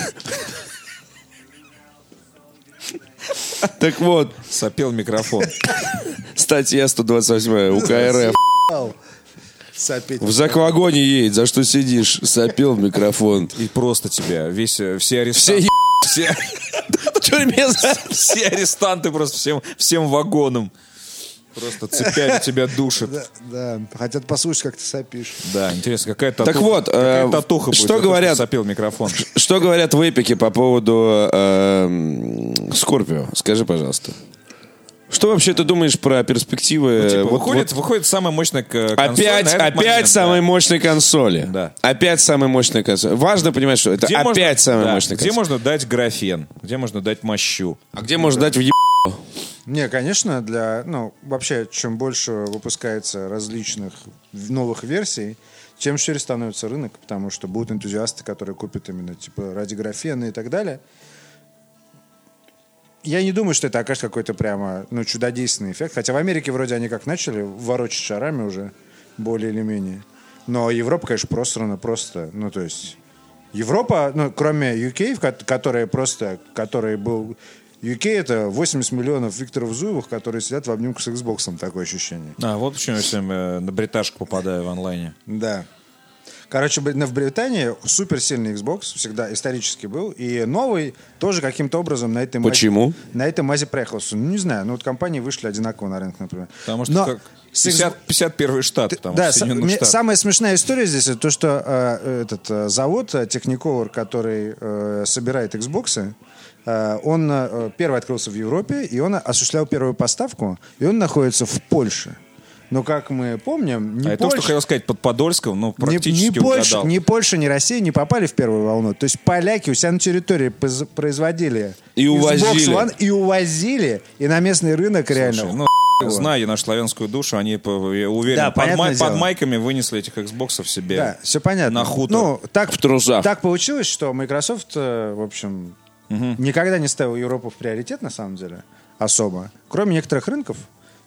Speaker 4: Так вот,
Speaker 2: Сопел микрофон.
Speaker 4: статья 128 УК РФ.
Speaker 3: Сопеть.
Speaker 4: В заквагоне едет, за что сидишь? Сопел в микрофон.
Speaker 2: И просто тебя. Весь, э, все
Speaker 4: Все
Speaker 2: арестанты.
Speaker 4: е-
Speaker 2: Все,
Speaker 4: в тюрьме за-
Speaker 2: все арестанты просто всем, всем вагоном. Просто цепями тебя душит.
Speaker 3: Да, да. Хотят послушать, как ты сопишь.
Speaker 2: Да, интересно, какая татуха.
Speaker 4: Так вот, э,
Speaker 2: какая татуха будет
Speaker 4: что
Speaker 2: за то,
Speaker 4: говорят? Э,
Speaker 2: сопел микрофон.
Speaker 4: Что говорят в эпике по поводу э, м, Скорпио? Скажи, пожалуйста. Что вообще ты думаешь про перспективы?
Speaker 2: Типа,
Speaker 4: э, вот-
Speaker 2: выходит,
Speaker 4: вот
Speaker 2: выходит самая мощная к- консоль
Speaker 4: опять,
Speaker 2: на этот
Speaker 4: опять
Speaker 2: момент,
Speaker 4: самой
Speaker 2: да.
Speaker 4: мощной консоли.
Speaker 2: Да.
Speaker 4: Опять самой мощной консоли. Важно понимать, что это
Speaker 2: Где
Speaker 4: опять
Speaker 2: можно-
Speaker 4: самая
Speaker 2: да,
Speaker 4: мощная
Speaker 2: Где
Speaker 4: консоль.
Speaker 2: можно дать графен? Где можно дать мощу?
Speaker 4: А где можно дать в еб...
Speaker 3: Не, конечно, для... Ну, вообще, чем больше выпускается различных в- новых версий, тем шире становится рынок, потому что будут энтузиасты, которые купят именно, типа, ради графена и так далее. Я не думаю, что это окажет какой-то прямо, ну, чудодейственный эффект. Хотя в Америке вроде они как начали ворочать шарами уже, более или менее. Но Европа, конечно, просрана просто. Ну, то есть... Европа, ну, кроме UK, в ко- которые просто, который был... UK — это 80 миллионов Викторов Зуевых, которые сидят в обнимку с Xbox, такое ощущение.
Speaker 2: А, вот почему я всем на бриташку попадаю в онлайне.
Speaker 3: Да. Короче, б- на- в Британии суперсильный Xbox всегда исторически был, и новый тоже каким-то образом на этой мазе-
Speaker 4: Почему?
Speaker 3: на этой мазе проехался. Ну, не знаю, ну вот компании вышли одинаково на рынок, например.
Speaker 2: Потому что
Speaker 3: Но
Speaker 2: как
Speaker 3: с Xbox-
Speaker 2: 50 51 штат, потому
Speaker 3: да,
Speaker 2: что
Speaker 3: са-
Speaker 2: Соединенные
Speaker 3: мне-
Speaker 2: Штаты.
Speaker 3: самая смешная история здесь это то, что э, этот э, завод э, Technicolor, который э, собирает Xbox, он э, первый открылся в Европе, и он осуществлял первую поставку, и он находится в Польше. Но, как мы помним, не
Speaker 2: а это то,
Speaker 3: Польша...
Speaker 2: что хотел сказать под Подольском, но
Speaker 3: Ни-
Speaker 2: практически
Speaker 3: ни, Польша,
Speaker 2: угадал.
Speaker 3: ни Польша, ни Россия не попали в первую волну. То есть поляки у себя на территории поз- производили
Speaker 4: И
Speaker 3: Xbox
Speaker 4: увозили.
Speaker 3: One и увозили, и на местный рынок
Speaker 2: Слушай,
Speaker 3: реально.
Speaker 2: ну, знаю я нашу славянскую душу, они, по- я уверен,
Speaker 3: Да,
Speaker 2: под,
Speaker 3: понятное
Speaker 2: май-
Speaker 3: дело.
Speaker 2: под майками вынесли этих Xboxов себе.
Speaker 3: да, все понятно.
Speaker 2: На хутор.
Speaker 3: Ну, так,
Speaker 4: В трусах.
Speaker 3: так получилось, что Microsoft, э, в общем, никогда не ставил Европу в приоритет, на самом деле, особо. Кроме некоторых рынков.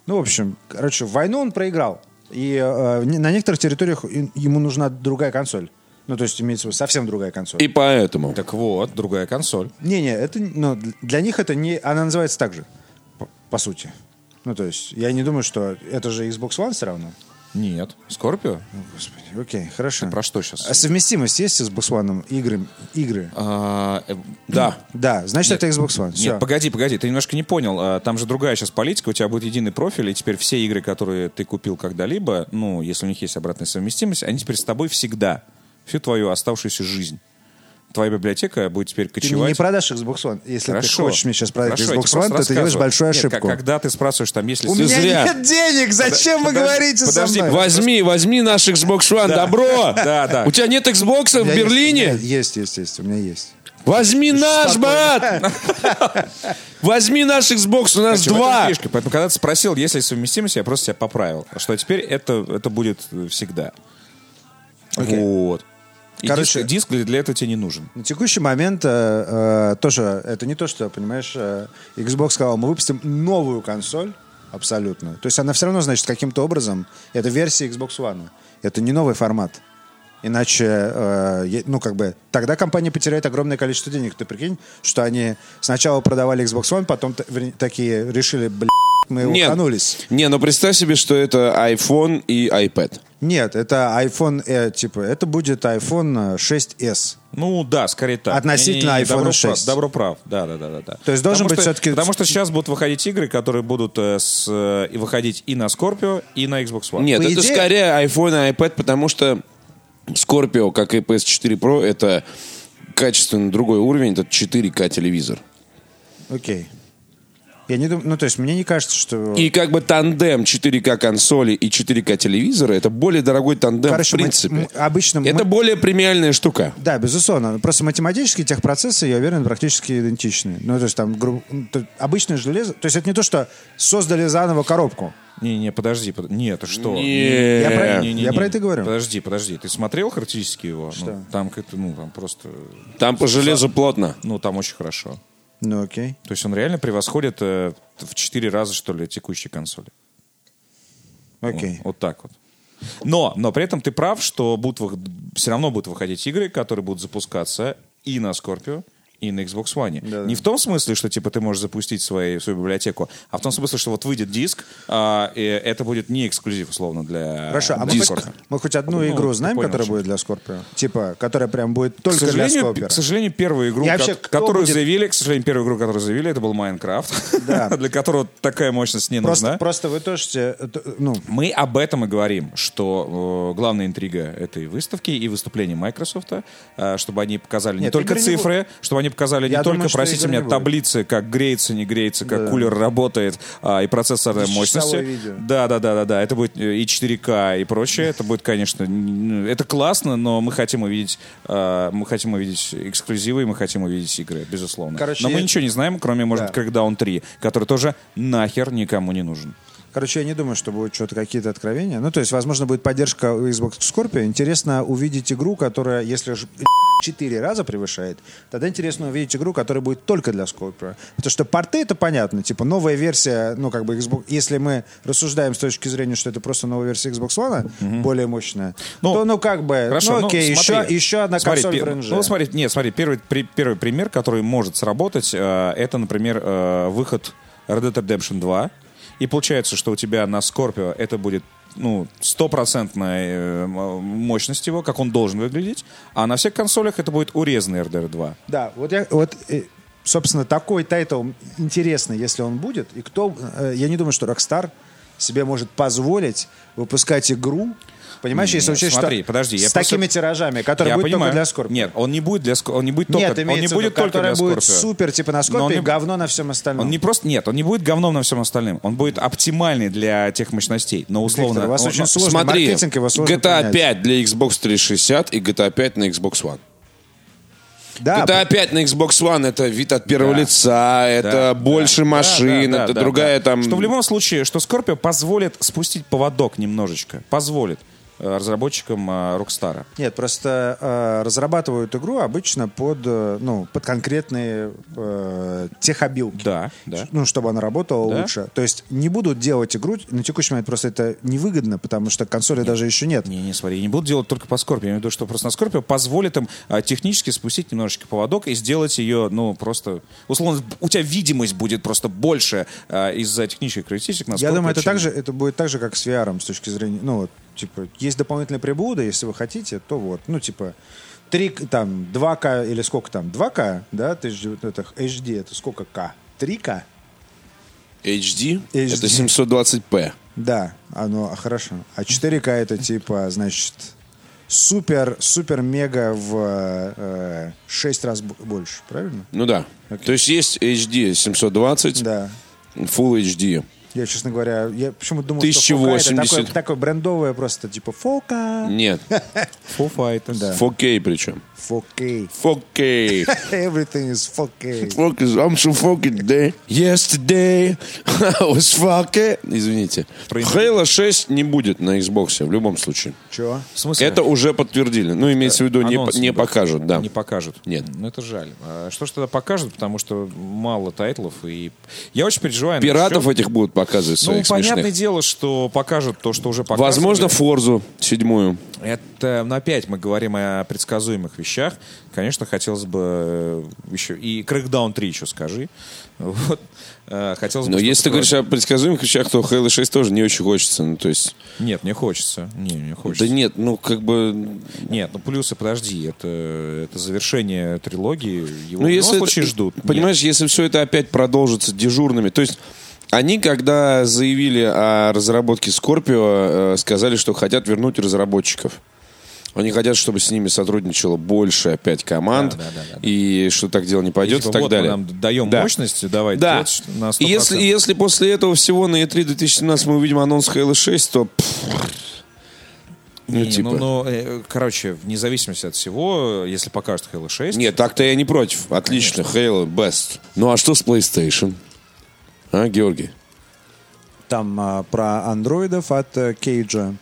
Speaker 3: Ну, в общем, короче, войну он проиграл. И э, не- на некоторых территориях и- ему нужна другая консоль. Ну, то есть, имеется в виду совсем другая консоль.
Speaker 4: И поэтому.
Speaker 2: Так вот, другая консоль.
Speaker 3: Не-не, это, ну, дл- для них это не... Она называется так же, по, по сути. Ну, то есть, я не думаю, что... Это же Xbox One все равно.
Speaker 2: Нет. Скорпио?
Speaker 3: Ну, господи, окей, хорошо.
Speaker 2: Про что сейчас?
Speaker 3: А совместимость есть с Xbox One? Игры? игры?
Speaker 2: А, э, да.
Speaker 3: Да, значит, это Xbox One. Всё.
Speaker 2: Нет, погоди, погоди, ты немножко не понял. А, Там же другая сейчас политика, у тебя будет единый профиль, и теперь все игры, которые ты купил когда-либо, ну, если у них есть обратная совместимость, они теперь с тобой всегда, всю твою оставшуюся жизнь. Твоя библиотека будет теперь
Speaker 3: Ты мне не
Speaker 2: кочевать.
Speaker 3: продашь Xbox One. Если
Speaker 2: Хорошо.
Speaker 3: ты хочешь мне сейчас продать
Speaker 2: Хорошо, я тебе
Speaker 3: Xbox
Speaker 2: просто
Speaker 3: One, то ты делаешь
Speaker 2: рассказываю.
Speaker 3: большую
Speaker 2: Нет,
Speaker 3: ошибку.
Speaker 2: к- когда ты спрашиваешь, там, если...
Speaker 3: У
Speaker 4: Ты
Speaker 3: меня
Speaker 4: зря.
Speaker 3: нет денег! Зачем вы
Speaker 2: подожди,
Speaker 3: говорите
Speaker 2: подожди,
Speaker 3: со мной?
Speaker 4: Возьми, возьми наш Xbox One, добро!
Speaker 2: Да, да.
Speaker 4: У тебя нет Xbox в
Speaker 3: У меня есть- у
Speaker 4: Берлине?
Speaker 3: меня Есть, есть, есть. У меня есть.
Speaker 4: Возьми наш, брат! Возьми наш Xbox, у нас
Speaker 2: Короче, в этом
Speaker 4: два!
Speaker 2: фишка. Поэтому, когда ты спросил, есть ли совместимость, я просто тебя поправил. Что теперь это, это будет э, всегда. Вот. И
Speaker 3: Короче-
Speaker 2: диск, диск для этого тебе не нужен.
Speaker 3: На текущий момент э, э, тоже это не то, что, понимаешь, э, Xbox сказал, мы выпустим новую консоль абсолютно. То есть она все равно, значит, каким-то образом, это версия Xbox One. Это не новый формат. Иначе, э, е- ну, как бы, тогда компания потеряет огромное количество денег. Ты прикинь, что они сначала продавали Xbox One, потом т- вернее, такие решили, блядь, мы
Speaker 4: Нет.
Speaker 3: лоханулись.
Speaker 4: Не, ну представь себе, что это iPhone и iPad.
Speaker 3: Нет, это iPhone, э, типа, это будет iPhone э, 6s.
Speaker 2: Ну да, скорее так.
Speaker 3: Относительно
Speaker 2: Не-не-не,
Speaker 3: iPhone
Speaker 2: добро
Speaker 3: 6.
Speaker 2: прав, Добро прав, да, да, да, да, да.
Speaker 3: То есть должен
Speaker 2: Потому
Speaker 3: быть
Speaker 2: что-
Speaker 3: всё-таки-
Speaker 2: Потому что сейчас будут выходить игры, которые будут э, с, э, и выходить и на Scorpio, и на Xbox One.
Speaker 4: Нет,
Speaker 3: По
Speaker 4: это
Speaker 3: идее-
Speaker 4: скорее iPhone и iPad, потому что Scorpio, как и PS4 Pro, это качественно другой уровень, это 4К телевизор.
Speaker 3: Окей. Я не думаю, ну, то есть мне не кажется, что...
Speaker 4: И как бы тандем 4К консоли и 4К телевизора это более дорогой тандем
Speaker 3: Короче,
Speaker 4: в
Speaker 3: мы-
Speaker 4: принципе.
Speaker 3: м- обычно мы-
Speaker 4: это более премиальная штука.
Speaker 3: Да, безусловно. Просто математически техпроцессы, я уверен, практически идентичны. Ну, то есть там гру- ну, то- обычное железо... То есть это не то, что создали заново коробку.
Speaker 2: Не, не, подожди, под- нет, ты что?
Speaker 4: Не. Я про-
Speaker 2: Не-не-не.
Speaker 3: я про это говорю.
Speaker 2: Подожди, подожди, ты смотрел характеристики его? Ну, там как-то, ну там просто,
Speaker 4: Там по железу плотно.
Speaker 2: ну там очень хорошо.
Speaker 3: Ну, окей.
Speaker 2: То есть он реально превосходит э, в 4 раза, что ли, текущие консоли.
Speaker 3: Окей.
Speaker 2: Вот, вот так вот. Но, но при этом ты прав, что будут, все равно будут выходить игры, которые будут запускаться и на Scorpio, и на Xbox One.
Speaker 3: Да-да.
Speaker 2: Не в том смысле, что типа ты можешь запустить свои, свою библиотеку, а в том смысле, что вот выйдет диск, а, и это будет не эксклюзив, условно, для
Speaker 3: Хорошо, а
Speaker 2: для
Speaker 3: мы хоть,
Speaker 2: Discord'а.
Speaker 3: мы хоть одну
Speaker 2: Ну,
Speaker 3: игру
Speaker 2: ты
Speaker 3: знаем,
Speaker 2: понял,
Speaker 3: которая
Speaker 2: в общем.
Speaker 3: будет для Скорпио? Типа, которая прям будет
Speaker 2: К
Speaker 3: только для
Speaker 2: сожалению,
Speaker 3: Скорпио.
Speaker 2: пе- к сожалению, первую игру,
Speaker 3: И вообще,
Speaker 2: ко-
Speaker 3: кто
Speaker 2: которую
Speaker 3: будет-
Speaker 2: заявили, к сожалению, первую игру, которую заявили, это был Майнкрафт,
Speaker 3: Да.
Speaker 2: для которого такая мощность не
Speaker 3: Просто,
Speaker 2: нужна.
Speaker 3: просто вы тоже... э, т- Ну,
Speaker 2: Мы об этом и говорим, что э, главная интрига этой выставки и выступления Microsoft, э, чтобы они показали не
Speaker 3: Нет,
Speaker 2: только
Speaker 3: игры не
Speaker 2: цифры, чтобы они показали
Speaker 3: Я
Speaker 2: не
Speaker 3: думаю,
Speaker 2: только,
Speaker 3: что
Speaker 2: простите
Speaker 3: игр не
Speaker 2: меня,
Speaker 3: будет.
Speaker 2: таблицы, как греется, не греется, как
Speaker 3: Да.
Speaker 2: кулер работает, а, и процессорная
Speaker 3: Тысячечасовое
Speaker 2: мощности.
Speaker 3: видео.
Speaker 2: Да, да, да, да, да. Это будет э, и 4К, и прочее. Это будет, конечно, н- это классно, но мы хотим увидеть, э, мы хотим увидеть эксклюзивы, и мы хотим увидеть игры, безусловно.
Speaker 3: Короче,
Speaker 2: но мы
Speaker 3: я-
Speaker 2: ничего не знаем, кроме, может,
Speaker 3: Да.
Speaker 2: быть, Crackdown 3, который тоже нахер никому не нужен.
Speaker 3: короче, я не думаю, что будут что-то какие-то откровения. Ну, то есть, возможно, будет поддержка у Xbox Scorpio. Интересно увидеть игру, которая, если ж четыре раза превышает, тогда интересно увидеть игру, которая будет только для Scorpio. Потому что порты, это понятно, типа новая версия, ну, как бы Xbox... Если мы рассуждаем с точки зрения, что это просто новая версия Xbox One, более мощная,
Speaker 2: Ну,
Speaker 3: то, ну, как бы,
Speaker 2: Хорошо,
Speaker 3: ну, окей,
Speaker 2: ну, смотри.
Speaker 3: еще, еще одна
Speaker 2: Смотри,
Speaker 3: консоль
Speaker 2: пе-
Speaker 3: в RNG.
Speaker 2: Ну, смотри, нет, смотри, первый, при- первый пример, который может сработать, э, это, например, э, выход Red Dead Redemption 2. И получается, что у тебя на Scorpio это будет ну, стопроцентная э, м- мощность его, как он должен выглядеть, а на всех консолях это будет урезанный RDR 2.
Speaker 3: Да, вот я, вот, э, собственно, такой тайтл интересный, если он будет. И кто, э, я не думаю, что Rockstar себе может позволить выпускать игру, понимаешь, если
Speaker 2: Нет,
Speaker 3: учесть,
Speaker 2: смотри,
Speaker 3: что
Speaker 2: подожди, я
Speaker 3: с такими
Speaker 2: просто-
Speaker 3: тиражами, которые
Speaker 2: Я
Speaker 3: будут
Speaker 2: понимаю.
Speaker 3: только для Scorpio.
Speaker 2: Нет, он не будет для Scorpio. Он не будет
Speaker 3: Нет,
Speaker 2: только, он не
Speaker 3: имеется в виду,
Speaker 2: будет только для
Speaker 3: которая будет
Speaker 2: Scorpio.
Speaker 3: супер, типа на
Speaker 2: Но он
Speaker 3: Scorpio,
Speaker 2: не-
Speaker 3: и говно на всем остальном.
Speaker 2: Он не просто, нет, он не будет говном на всем остальном. Он будет оптимальный для тех мощностей. Но условно...
Speaker 3: Виктор, у вас
Speaker 2: он-
Speaker 3: очень
Speaker 2: ну,
Speaker 3: сложно,
Speaker 4: Смотри,
Speaker 3: маркетинг его сложно
Speaker 4: GTA
Speaker 3: понять.
Speaker 4: 5 для Xbox 360 и GTA 5 на Xbox One.
Speaker 3: Да,
Speaker 4: GTA 5 на Xbox One это вид от первого лица, это
Speaker 2: Да,
Speaker 4: э, больше
Speaker 2: да,
Speaker 4: машин,
Speaker 2: да, да,
Speaker 4: это
Speaker 2: да,
Speaker 4: другая
Speaker 2: да.
Speaker 4: там...
Speaker 2: Что в любом случае, что Scorpio позволит спустить поводок немножечко. Позволит э, разработчикам э, Rockstar.
Speaker 3: Нет, просто э, разрабатывают игру обычно под, э, ну, под конкретные э, техобилки.
Speaker 2: Да, да.
Speaker 3: Ну, чтобы она работала
Speaker 2: Да.
Speaker 3: лучше. То есть не будут делать игру, на текущий момент просто это невыгодно, потому что консоли даже еще нет.
Speaker 2: Не, не, смотри, я не буду делать только по Scorpio. Я имею в виду, что просто на Scorpio позволит им э, технически спустить немножечко поводок и сделать ее, ну, просто... Условно, у тебя видимость будет просто больше э, из-за технических характеристик на
Speaker 3: Я
Speaker 2: Scorpio,
Speaker 3: думаю, это,
Speaker 2: чем-
Speaker 3: так же, это будет так же, как с VR с точки зрения... Ну, вот, типа, есть дополнительные приблуды, если вы хотите, то вот. Ну, типа, 3, к- там, 2К или сколько там, 2К, да, ты же, это HD, это сколько К? 3К?
Speaker 4: HD,
Speaker 3: HD.
Speaker 4: это 720p.
Speaker 3: Да, оно хорошо. А 4К это типа, значит, супер, супер мега в э, 6 раз бо- больше, правильно?
Speaker 4: Ну да. То есть есть HD 720,
Speaker 3: Да.
Speaker 4: Full HD.
Speaker 3: Я, честно говоря, я почему-то думал, что
Speaker 4: 1080.
Speaker 3: 4К это такое, такое брендовое просто, типа, фока,
Speaker 4: Нет,
Speaker 2: Foo Fighters.
Speaker 3: Да.
Speaker 4: 4K причем.
Speaker 3: 4K.
Speaker 4: 4K.
Speaker 3: Everything is 4K.
Speaker 4: Fuck is- I'm so fucking dead. Yesterday I was fucking... Извините. Halo 6 не будет на Xbox в любом случае.
Speaker 3: Чё?
Speaker 2: В смысле?
Speaker 4: Это уже подтвердили. Ну, имеется в виду, не,
Speaker 2: Анонс
Speaker 4: по- не
Speaker 2: был.
Speaker 4: покажут, да.
Speaker 2: Не покажут.
Speaker 4: Нет.
Speaker 2: Ну, это жаль. А Что ж тогда покажут, потому что мало тайтлов. И я очень переживаю. насчет-
Speaker 4: Пиратов этих будут показывать
Speaker 2: Ну,
Speaker 4: своих
Speaker 2: понятное
Speaker 4: смешных.
Speaker 2: дело, что покажут то, что уже показывали.
Speaker 4: Возможно, Форзу седьмую.
Speaker 2: Это, ну, опять мы говорим о предсказуемых вещах. Конечно, хотелось бы э, еще... И Crackdown 3 еще скажи. Вот. Э, Хотелось бы...
Speaker 4: Но
Speaker 2: что-то
Speaker 4: если ты
Speaker 2: кроме-
Speaker 4: говоришь о предсказуемых вещах, то Halo 6 тоже не очень хочется. Ну, то есть...
Speaker 2: Нет, не хочется. Не, не хочется.
Speaker 4: Да нет, ну, как бы...
Speaker 2: Нет, ну плюсы, подожди, это, это завершение трилогии. Его
Speaker 4: Ну,
Speaker 2: в любом
Speaker 4: если
Speaker 2: случае
Speaker 4: это-
Speaker 2: ждут. Нет.
Speaker 4: Понимаешь, если все это опять продолжится дежурными, то есть они, когда заявили о разработке Скорпио, э, сказали, что хотят вернуть разработчиков. Они хотят, чтобы с ними сотрудничало больше опять команд,
Speaker 2: Да, да, да, да, да.
Speaker 4: и что так дело не пойдет
Speaker 2: Типа,
Speaker 4: и так
Speaker 2: вот мы
Speaker 4: далее.
Speaker 2: нам даем
Speaker 4: Да.
Speaker 2: мощности, давай
Speaker 4: Да.
Speaker 2: делать на 100%.
Speaker 4: И если, и если после этого всего на E E3 2017 мы увидим анонс Halo 6, то... пф, ну,
Speaker 2: Не,
Speaker 4: типа...
Speaker 2: ну, ну, э, короче, вне зависимости от всего, э, если покажут Halo 6...
Speaker 4: Нет, так-то я не против. Отлично, Halo, best. Ну, а что с PlayStation? А, Георгий?
Speaker 3: Там а, про андроидов от э, Кейджа.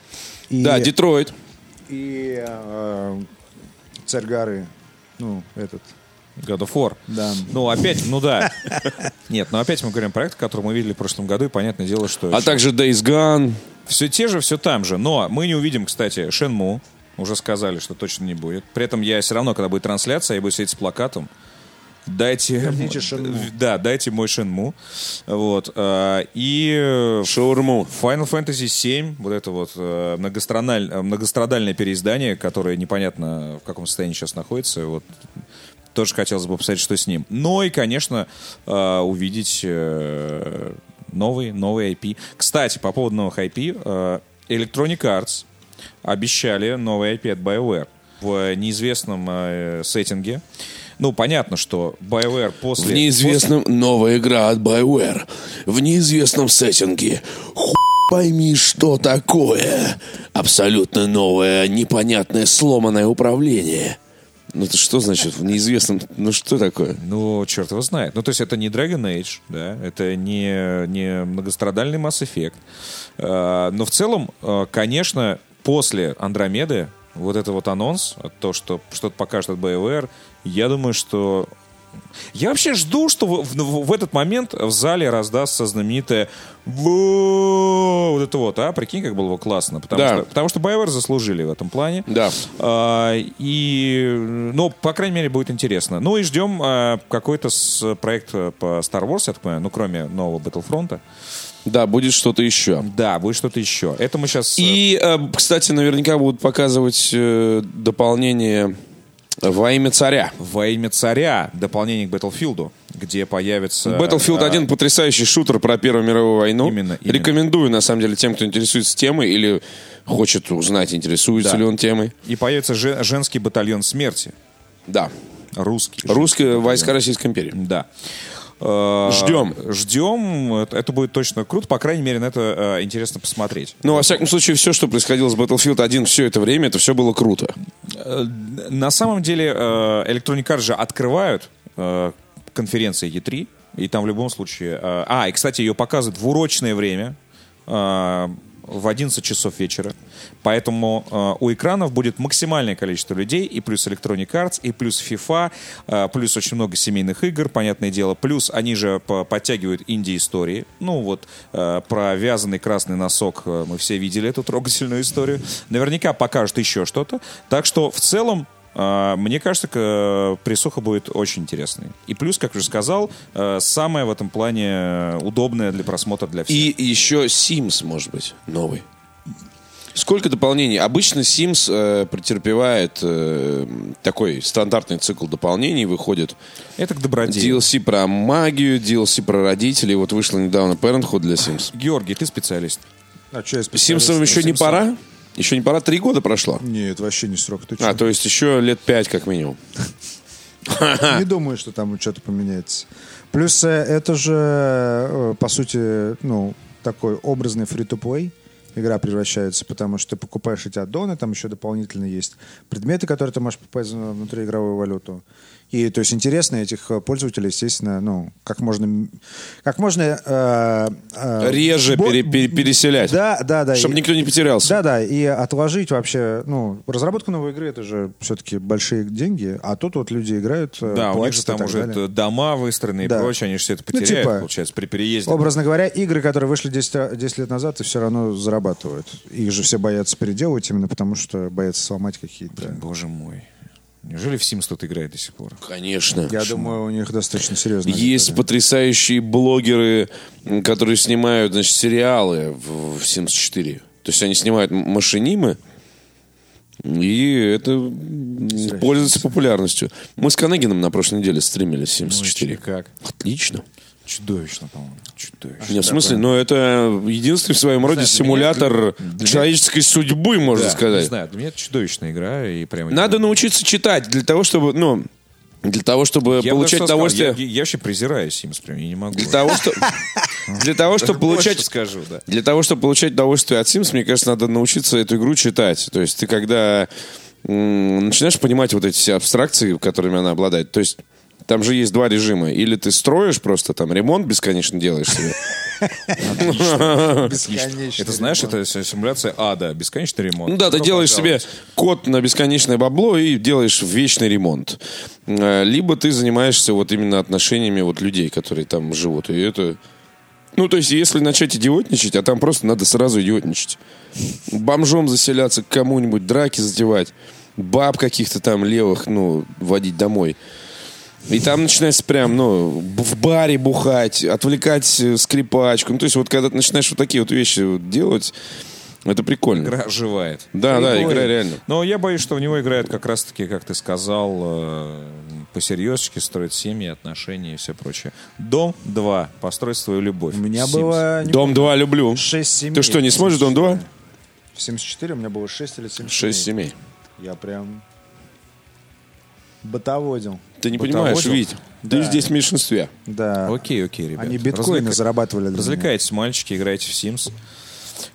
Speaker 3: И,
Speaker 4: Да, Детройт. а
Speaker 3: и э, царь горы. Ну, этот.
Speaker 2: God of War.
Speaker 3: Да.
Speaker 2: Ну, опять, ну да. Нет, ну опять мы говорим о проектах, которые мы видели в прошлом году, и понятное дело, что...
Speaker 4: А также Days Gone.
Speaker 2: Все те же, все там же. Но мы не увидим, кстати, Шенму. Уже сказали, что точно не будет. При этом я все равно, когда будет трансляция, я буду сидеть с плакатом. Дайте...
Speaker 3: Верните Шенму.
Speaker 2: Да, дайте мой Шенму. Вот. а, И...
Speaker 4: Шаурму.
Speaker 2: Ну, Final Fantasy VII, вот это вот э, многостраналь- э, многострадальное переиздание, которое непонятно в каком состоянии сейчас находится, вот тоже хотелось бы посмотреть, что с ним. Ну и, конечно, э, увидеть э, новый, новый IP. Кстати, по поводу новых IP, э, Electronic Arts обещали новый IP от BioWare в неизвестном э, сеттинге. Ну, понятно, что BioWare после...
Speaker 4: В неизвестном новая игра от BioWare. В неизвестном сеттинге. Хуй пойми, что такое. Абсолютно новое, непонятное, сломанное управление. Ну это что значит в неизвестном? Ну что такое?
Speaker 2: Ну, черт его знает. Ну, то есть это не Dragon Age, да, это не, не многострадальный Mass Effect. Э, Но в целом, э, конечно, после Андромеды вот это вот анонс, а, то, что что-то покажет от BioWare, я думаю, что... Я вообще жду, что в, в- в этот момент в зале раздастся знаменитое «Во!» вот это вот, а, прикинь, как было бы классно, потому,
Speaker 4: Да.
Speaker 2: что, потому что BioWare заслужили в этом плане.
Speaker 4: Да.
Speaker 2: А, и, ну, по крайней мере, будет интересно. Ну и ждем а, какой-то с- проект э, по Star Wars, я так понимаю, ну, кроме нового Battlefront.
Speaker 4: Да, будет что-то еще.
Speaker 2: Да, будет что-то еще. Это мы сейчас...
Speaker 4: И, э, кстати, наверняка будут показывать э, дополнение во имя царя.
Speaker 2: во имя царя дополнение к Battlefield, где появится...
Speaker 4: Battlefield
Speaker 2: а,
Speaker 4: 1 потрясающий шутер про Первую мировую войну.
Speaker 2: Именно, именно.
Speaker 4: Рекомендую, на самом деле, тем, кто интересуется темой или хочет узнать, интересуется
Speaker 2: Да.
Speaker 4: ли он темой.
Speaker 2: И появится же- женский батальон смерти.
Speaker 4: Да.
Speaker 2: Русский.
Speaker 4: Русские войска Российской империи.
Speaker 2: Да. Э,
Speaker 4: Ждем.
Speaker 2: Ждем. Это- Это будет точно круто. По крайней мере, на это э, интересно посмотреть.
Speaker 4: Ну, во всяком случае, все, что происходило с Battlefield 1 все это время, это все было круто.
Speaker 2: Э, На самом деле э, Electronic Arts же открывают э, конференции E3, и там в любом случае... э, А, и, кстати, ее показывают в урочное время, э, в 11 часов вечера. Поэтому э, у экранов будет максимальное количество людей, и плюс Electronic Arts, и плюс FIFA, э, плюс очень много семейных игр, понятное дело. Плюс они же по- подтягивают инди-истории. Ну вот, э, про вязаный красный носок э, мы все видели эту трогательную историю. Наверняка покажут еще что-то. Так что в целом а, Мне кажется, к- э, присуха будет очень интересной. И плюс, как уже сказал, э, самое в этом плане э, удобное для просмотра для всех.
Speaker 4: И еще Sims, может быть, новый. Сколько дополнений? Обычно Sims э, претерпевает э, такой стандартный цикл дополнений, выходит
Speaker 2: Это к доброте.
Speaker 4: DLC про магию, DLC про родителей. Вот вышла недавно Parenthood для Sims.
Speaker 2: Георгий, ты специалист.
Speaker 3: А что я специалист?
Speaker 4: Симпсонам еще не
Speaker 2: Симпсон.
Speaker 4: пора? Еще не пора? Три года прошло?
Speaker 3: Нет, вообще не срок. Ты чё?
Speaker 4: А, то есть еще лет пять как минимум.
Speaker 3: Не думаю, что там что-то поменяется. Плюс э, это же, э, по сути, ну, такой образный фри-то-плей. Игра превращается, потому что ты покупаешь эти аддоны, там еще дополнительно есть предметы, которые ты можешь покупать за внутриигровую валюту. И, то есть, интересно этих э, пользователей, естественно, ну, как можно... м- Как можно... э, э,
Speaker 4: Реже
Speaker 3: бо-
Speaker 4: пере- пере- переселять.
Speaker 3: Да, да, да.
Speaker 4: Чтобы
Speaker 3: И-
Speaker 4: никто не потерялся.
Speaker 3: да, да, и отложить вообще, ну, разработка новой игры это же все-таки большие деньги, а тут вот люди играют, э,
Speaker 2: Да, у них
Speaker 3: платят
Speaker 2: же
Speaker 3: и
Speaker 2: там
Speaker 3: так
Speaker 2: уже
Speaker 3: далее.
Speaker 2: т- дома выстроены
Speaker 3: Да.
Speaker 2: и прочее, они же все это
Speaker 3: Ну,
Speaker 2: потеряют,
Speaker 3: типа,
Speaker 2: получается, при переезде.
Speaker 3: Образно говоря, игры, которые вышли 10, ра- 10 лет назад, и все равно зарабатывают. Их же все боятся переделывать именно потому, что боятся сломать какие-то.
Speaker 2: Боже мой. Неужели в Sims тут играет до сих пор?
Speaker 4: Конечно.
Speaker 3: Я думаю, у них достаточно серьезно.
Speaker 4: Есть потрясающие блогеры, м, которые снимают значит, сериалы в, в Sims 4. То есть они снимают м- машинимы, и это м, пользуется популярностью. Мы с Канегином на прошлой неделе стримили Sims 4.
Speaker 2: Ну, Как?
Speaker 4: Отлично.
Speaker 2: Чудовищно, по-моему. Чудовищно.
Speaker 4: Не, в смысле, но это единственный в своем роде
Speaker 2: знаю,
Speaker 4: симулятор
Speaker 2: для меня-
Speaker 4: человеческой судьбы, можно
Speaker 2: Да, Не
Speaker 4: сказать.
Speaker 2: знаю, для меня это чудовищная игра. И прямо
Speaker 4: Надо научиться читать для того, чтобы, ну, для того, чтобы
Speaker 2: Я бы даже
Speaker 4: получать
Speaker 2: сказал,
Speaker 4: удовольствие.
Speaker 2: Я, я вообще презираю Sims, прям, я не могу.
Speaker 4: Для того, что, для того, чтобы
Speaker 2: Больше
Speaker 4: получать
Speaker 2: скажу, да.
Speaker 4: Для того, чтобы получать удовольствие от Sims, мне кажется, надо научиться эту игру читать. То есть ты когда м, начинаешь понимать вот эти все абстракции, которыми она обладает, то есть там же есть два режима. Или ты строишь просто там ремонт бесконечно делаешь себе.
Speaker 3: бесконечно.
Speaker 2: Это знаешь, это си- симуляция ада, бесконечный ремонт.
Speaker 4: Ну да, ты
Speaker 2: Ну,
Speaker 4: делаешь себе
Speaker 2: пожалуйста.
Speaker 4: код на бесконечное бабло и делаешь вечный ремонт. Э, Либо ты занимаешься вот именно отношениями вот людей, которые там живут. И это... Ну, то есть, если начать идиотничать, а там просто надо сразу идиотничать. Бомжом заселяться к кому-нибудь, драки затевать, баб каких-то там левых, ну, водить домой. И там начинается прям, ну, б- в баре бухать, отвлекать э, скрипачку. Ну, то есть вот когда ты начинаешь вот такие вот вещи вот делать, это прикольно.
Speaker 2: Игра оживает.
Speaker 4: Да, да, игра реально.
Speaker 2: Но я боюсь, что в него играют как раз-таки, как ты сказал, э, посерьезочки, строят семьи, отношения и все прочее. Дом 2. Построй свою любовь.
Speaker 3: У меня
Speaker 2: Sims.
Speaker 3: было не-
Speaker 4: Дом 2 люблю.
Speaker 3: шесть семей.
Speaker 4: Ты что, не сможешь Дом 2?
Speaker 3: В 74 у меня было 6 или 7
Speaker 4: Шесть семей.
Speaker 3: Я прям ботоводил.
Speaker 4: Ты не
Speaker 2: Бытоводил?
Speaker 4: понимаешь, Вить. Ты здесь в меньшинстве.
Speaker 3: Да.
Speaker 2: Окей, окей, ребят.
Speaker 3: Они биткоины
Speaker 2: Развлека-
Speaker 3: зарабатывали. для
Speaker 2: Развлекайтесь, мальчики, играйте в Sims.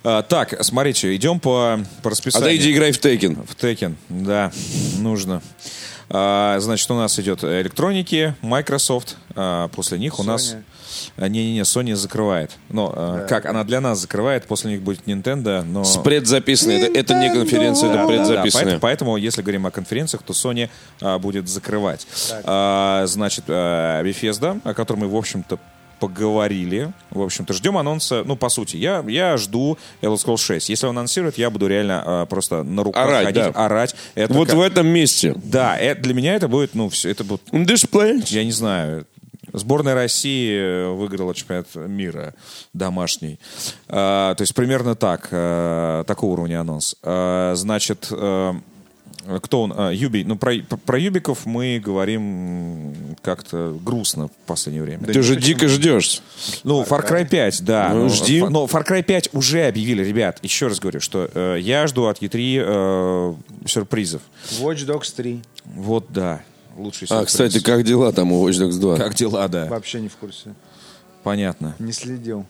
Speaker 2: А, так, смотрите, идем по, по
Speaker 4: А
Speaker 2: расписанию.
Speaker 4: ты иди играй в Тейкен.
Speaker 2: В Tekken, да, нужно. А, значит, у нас идет электроники, Microsoft. а, после них у нас...
Speaker 3: Sony.
Speaker 2: а, Не-не-не, Sony закрывает. Но а, как, она для нас закрывает, после них будет Nintendo, но...
Speaker 4: С предзаписанной. Это, это не конференция, это
Speaker 2: Да, да, да.
Speaker 4: предзаписанная.
Speaker 2: Поэтому, поэтому, если говорим о конференциях, то Sony а, будет закрывать. А, значит, а, Bethesda, о которой мы, в общем-то, поговорили. В общем-то, ждем анонса. Ну, по сути, я, я жду Elder Scrolls 6. Если он анонсирует, я буду реально а, просто на руках
Speaker 4: Орать,
Speaker 2: ходить,
Speaker 4: да.
Speaker 2: орать. Это
Speaker 4: вот
Speaker 2: как-
Speaker 4: в этом месте.
Speaker 2: Да, э, для меня это будет, ну, все, это будет,
Speaker 4: Дисплей.
Speaker 2: я не знаю, сборная России э, выиграла чемпионат мира домашний. А, то есть примерно так, э, такого уровня анонс. А, значит, э, кто он? А, Юби. Ну, про, про Юбиков мы говорим м, как-то грустно в последнее время.
Speaker 4: Ты же дико ждешь.
Speaker 2: Ну, Far Cry 5, да.
Speaker 4: Ну,
Speaker 2: но,
Speaker 4: жди.
Speaker 2: фа- Но Far Cry 5 уже объявили, ребят. Еще раз говорю, что э, я жду от E3 э, сюрпризов.
Speaker 3: меня. Watch Dogs 3.
Speaker 2: Вот, да. Лучший
Speaker 4: А,
Speaker 2: сюрприз.
Speaker 4: кстати, как дела там у Watch Dogs 2?
Speaker 2: Как дела, да.
Speaker 3: Вообще не в курсе.
Speaker 2: Понятно.
Speaker 3: Не следил.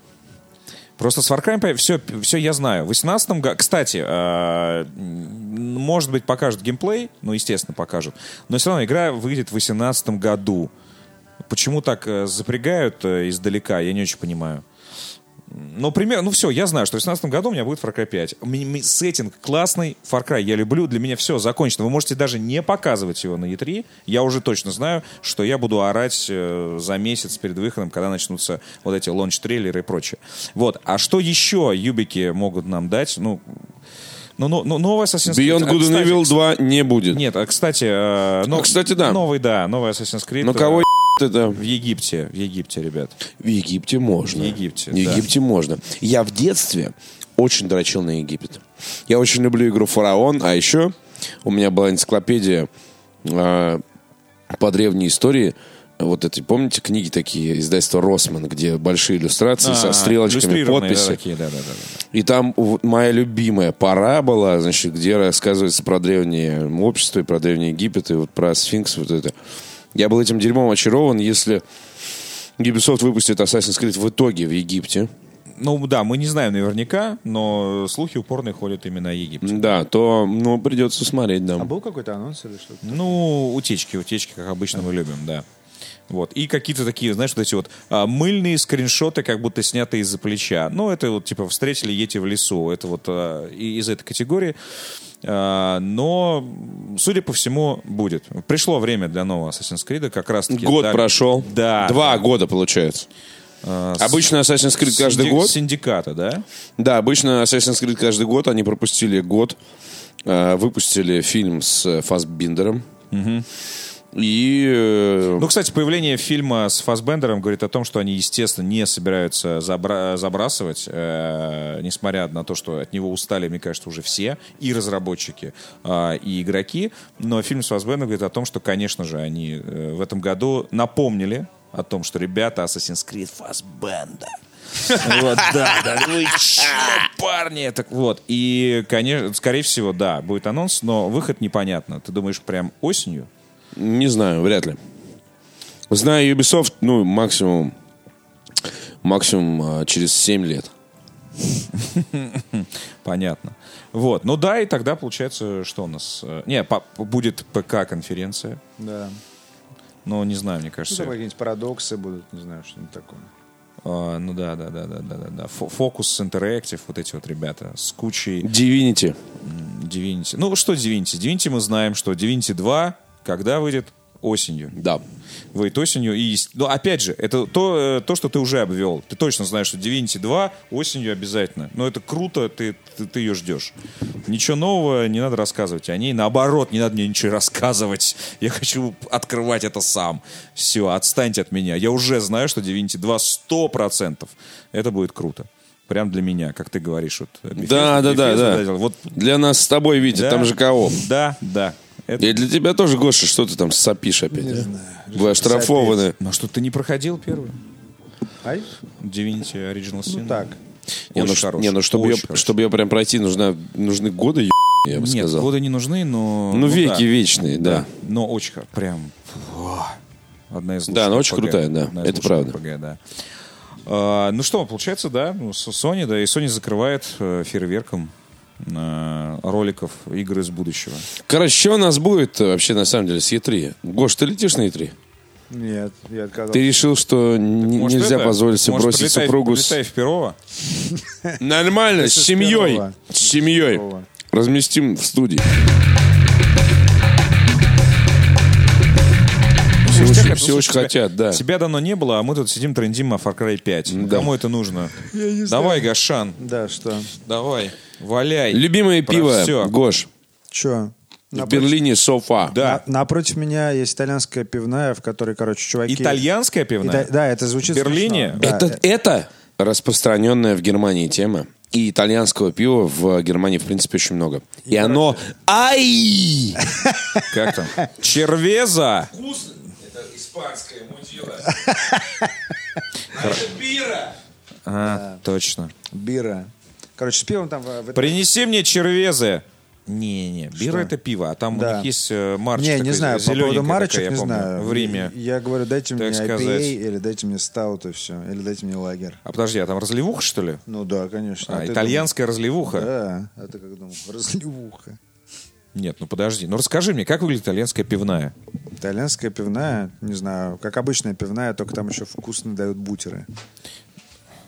Speaker 2: Просто с Far Cry все, все я знаю. В 18 году... Кстати, э, м, может быть, покажут геймплей. Ну, естественно, покажут. Но все равно игра выйдет в 18 году. Почему так э, запрягают э, издалека, я не очень понимаю. Ну, пример, ну все, я знаю, что в 2018 году у меня будет Far Cry 5. М- м- Сеттинг классный, Far Cry я люблю, для меня все закончено. Вы можете даже не показывать его на E3. Я уже точно знаю, что я буду орать э, за месяц перед выходом, когда начнутся вот эти лонч-трейлеры и прочее. Вот, а что еще юбики могут нам дать? Ну, ну, ну, ну новая Assassin's Creed.
Speaker 4: Beyond
Speaker 2: А,
Speaker 4: Good and
Speaker 2: кстати,
Speaker 4: Evil 2 не будет.
Speaker 2: Нет, а, кстати... э,
Speaker 4: А, кстати, да.
Speaker 2: Новый, да, новый Assassin's Creed.
Speaker 4: Но
Speaker 2: э,
Speaker 4: кого е- это?
Speaker 2: в Египте, в Египте, ребят.
Speaker 4: В Египте можно.
Speaker 2: В Египте,
Speaker 4: В Египте можно. Я в детстве очень дрочил на Египет. Я очень люблю игру «Фараон», а еще у меня была энциклопедия э, по древней истории. Вот эти, помните, книги такие, издательство «Росман», где большие иллюстрации
Speaker 2: А,
Speaker 4: со стрелочками,
Speaker 2: иллюстрированные,
Speaker 4: подписи.
Speaker 2: да, такие, да, да, да.
Speaker 4: И там вот моя любимая пора была, значит, где рассказывается про древнее общество и про древний Египет, и вот про сфинкс, вот это. Я был этим дерьмом очарован, если Ubisoft выпустит Assassin's Creed в итоге в Египте,
Speaker 2: Ну да, мы не знаем наверняка, но слухи упорные ходят именно о Египте.
Speaker 4: да, то, ну, придется смотреть, да.
Speaker 3: А был какой-то анонс или что-то?
Speaker 2: Ну, утечки, утечки, как обычно мы любим, да. Вот. И какие-то такие, знаешь, вот эти вот а, мыльные скриншоты, как будто снятые из-за плеча. Ну, это вот, типа, встретили Йети в лесу. Это вот а, и- из этой категории. А, но, судя по всему, будет. Пришло время для нового Assassin's Creed, как раз-таки...
Speaker 4: Год
Speaker 2: да,
Speaker 4: прошел.
Speaker 2: Да.
Speaker 4: Два года, получается.
Speaker 2: а, с-
Speaker 4: Обычно Assassin's Creed каждый
Speaker 2: синди-
Speaker 4: год.
Speaker 2: Синдиката, да?
Speaker 4: Да, обычно Assassin's Creed каждый год. Они пропустили год. э, Выпустили фильм с э, Фассбиндером. И... э,
Speaker 2: Ну, кстати, появление фильма с Фасбендером говорит о том, что они, естественно, не собираются забра- забрасывать, э, несмотря на то, что от него устали, мне кажется, уже все, и разработчики, э, и игроки. Но фильм с Фасбендером говорит о том, что, конечно же, они э, в этом году напомнили о том, что ребята Assassin's Creed Fassbender. Вот, да, да, вы чё, парни, так вот. И, конечно, скорее всего, да, будет анонс, но выход непонятно. Ты думаешь, прям осенью?
Speaker 4: Не знаю, вряд ли. Знаю Ubisoft, ну, максимум... Максимум а, через 7 лет.
Speaker 2: Понятно. Вот. Ну да, и тогда получается, что у нас... э, Не, па- будет ПК-конференция.
Speaker 3: Да.
Speaker 2: Ну, не знаю, мне
Speaker 3: Ну,
Speaker 2: кажется.
Speaker 3: там какие-нибудь парадоксы будут, не знаю, что-нибудь такое.
Speaker 2: А, ну да, да, да, да, да, да, да. Фо- Фокус Interactive, вот эти вот ребята с кучей
Speaker 4: Divinity.
Speaker 2: м, Divinity. Ну, что Divinity? Divinity мы знаем, что Divinity 2, когда выйдет? осенью.
Speaker 4: Да.
Speaker 2: Выйдет осенью. И, ес- ну, опять же, это то, э, то, что ты уже обвел. Ты точно знаешь, что Divinity 2 осенью обязательно. Но это круто, ты, ты, ты ее ждешь. Ничего нового не надо рассказывать о ней. Наоборот, не надо мне ничего рассказывать. Я хочу открывать это сам. Все, отстаньте от меня. Я уже знаю, что Divinity 2 100%. Это будет круто. Прям для меня, как ты говоришь. Вот, Bethesda,
Speaker 4: Да, да, да,
Speaker 2: Bethesda,
Speaker 4: да.
Speaker 2: Вот,
Speaker 4: Для нас с тобой, Витя,
Speaker 2: да.
Speaker 4: там же кого?
Speaker 2: Да, да. Это-
Speaker 4: И для тебя тоже, Гоша, что ты там сопишь опять? Не знаю. Вы оштрафованы.
Speaker 2: Ну а что, ты не проходил первый?
Speaker 3: Ай,
Speaker 2: Divinity Original Sin?
Speaker 3: ну так.
Speaker 4: Не, ну,
Speaker 2: Очень
Speaker 4: ш-
Speaker 2: хороший.
Speaker 4: не, ну чтобы, ее,
Speaker 2: Очень хороший.
Speaker 4: чтобы ее прям пройти, нужна, нужны годы, ё- я бы
Speaker 2: Нет,
Speaker 4: сказал.
Speaker 2: годы не нужны, но...
Speaker 4: Ну, веки
Speaker 2: да.
Speaker 4: вечные, да.
Speaker 2: Но очень хорошо. Прям... о, Одна из лучших.
Speaker 4: Да, она очень
Speaker 2: RPG,
Speaker 4: крутая, да.
Speaker 2: одна из
Speaker 4: Это
Speaker 2: лучших
Speaker 4: правда.
Speaker 2: RPG, да. А, ну что, получается, да, ну, с- Sony, да, и Sony закрывает э, фейерверком э, роликов игр из будущего.
Speaker 4: Короче, что у нас будет э, вообще на самом деле с Е3? Гош, ты летишь на Е3?
Speaker 3: Нет, я отказался.
Speaker 4: Ты решил, что н-
Speaker 2: Может,
Speaker 4: нельзя
Speaker 2: это-
Speaker 4: позволить себе
Speaker 2: может,
Speaker 4: бросить
Speaker 2: прилетай-
Speaker 4: супругу с...
Speaker 2: прилетай в Перово.
Speaker 4: Нормально, с семьей.
Speaker 3: первого.
Speaker 4: С семьей.
Speaker 3: первого.
Speaker 4: Разместим в студии. Все
Speaker 2: Слушай,
Speaker 4: очень,
Speaker 2: Тяхов,
Speaker 4: все
Speaker 2: слушай,
Speaker 4: очень
Speaker 2: тебя-
Speaker 4: хотят, да.
Speaker 2: Тебя давно не было, а мы тут сидим трендим о Far Cry 5. Ну,
Speaker 4: Да.
Speaker 2: Кому это нужно?
Speaker 3: не знаю.
Speaker 2: Давай, Гашан,
Speaker 3: Да, что?
Speaker 2: давай, валяй.
Speaker 4: Любимое
Speaker 2: Про
Speaker 4: пиво,
Speaker 2: всё.
Speaker 4: Гош,
Speaker 3: Че?
Speaker 4: в Берлине софа.
Speaker 2: Да.
Speaker 3: а, напротив меня есть итальянская пивная, в которой, короче, чуваки...
Speaker 2: Итальянская пивная?
Speaker 3: Ита- Да, это звучит
Speaker 2: В Берлине?
Speaker 3: смешно. Да, э,
Speaker 4: Это, это распространенная в Германии тема. И итальянского пива в Германии, в принципе, очень много. И оно... Ай!
Speaker 2: Как там? Червеза.
Speaker 5: Это испанское мудила. А это бира.
Speaker 2: А, точно.
Speaker 3: Бира. Короче, с пивом там... в- в-
Speaker 2: Принеси мне червезы. Не-не, бира это пиво, а там у
Speaker 3: Да.
Speaker 2: них есть э, марочек.
Speaker 3: Не, не
Speaker 2: такой,
Speaker 3: знаю, по
Speaker 2: зелёненькая
Speaker 3: поводу марочек
Speaker 2: такая, я
Speaker 3: не
Speaker 2: помню,
Speaker 3: знаю.
Speaker 2: В Риме.
Speaker 3: Я говорю, дайте
Speaker 2: Так
Speaker 3: мне IPA
Speaker 2: сказать.
Speaker 3: или дайте мне стаут и все. Или дайте мне лагерь.
Speaker 2: А подожди, а там разливуха, что ли?
Speaker 3: Ну да, конечно.
Speaker 2: А,
Speaker 3: ты
Speaker 2: итальянская разливуха?
Speaker 3: думал- Да, а ты как думал? Разливуха.
Speaker 2: Нет, ну подожди. Ну расскажи мне, как выглядит итальянская пивная?
Speaker 3: Итальянская пивная, не знаю, как обычная пивная, только там еще вкусно дают бутеры.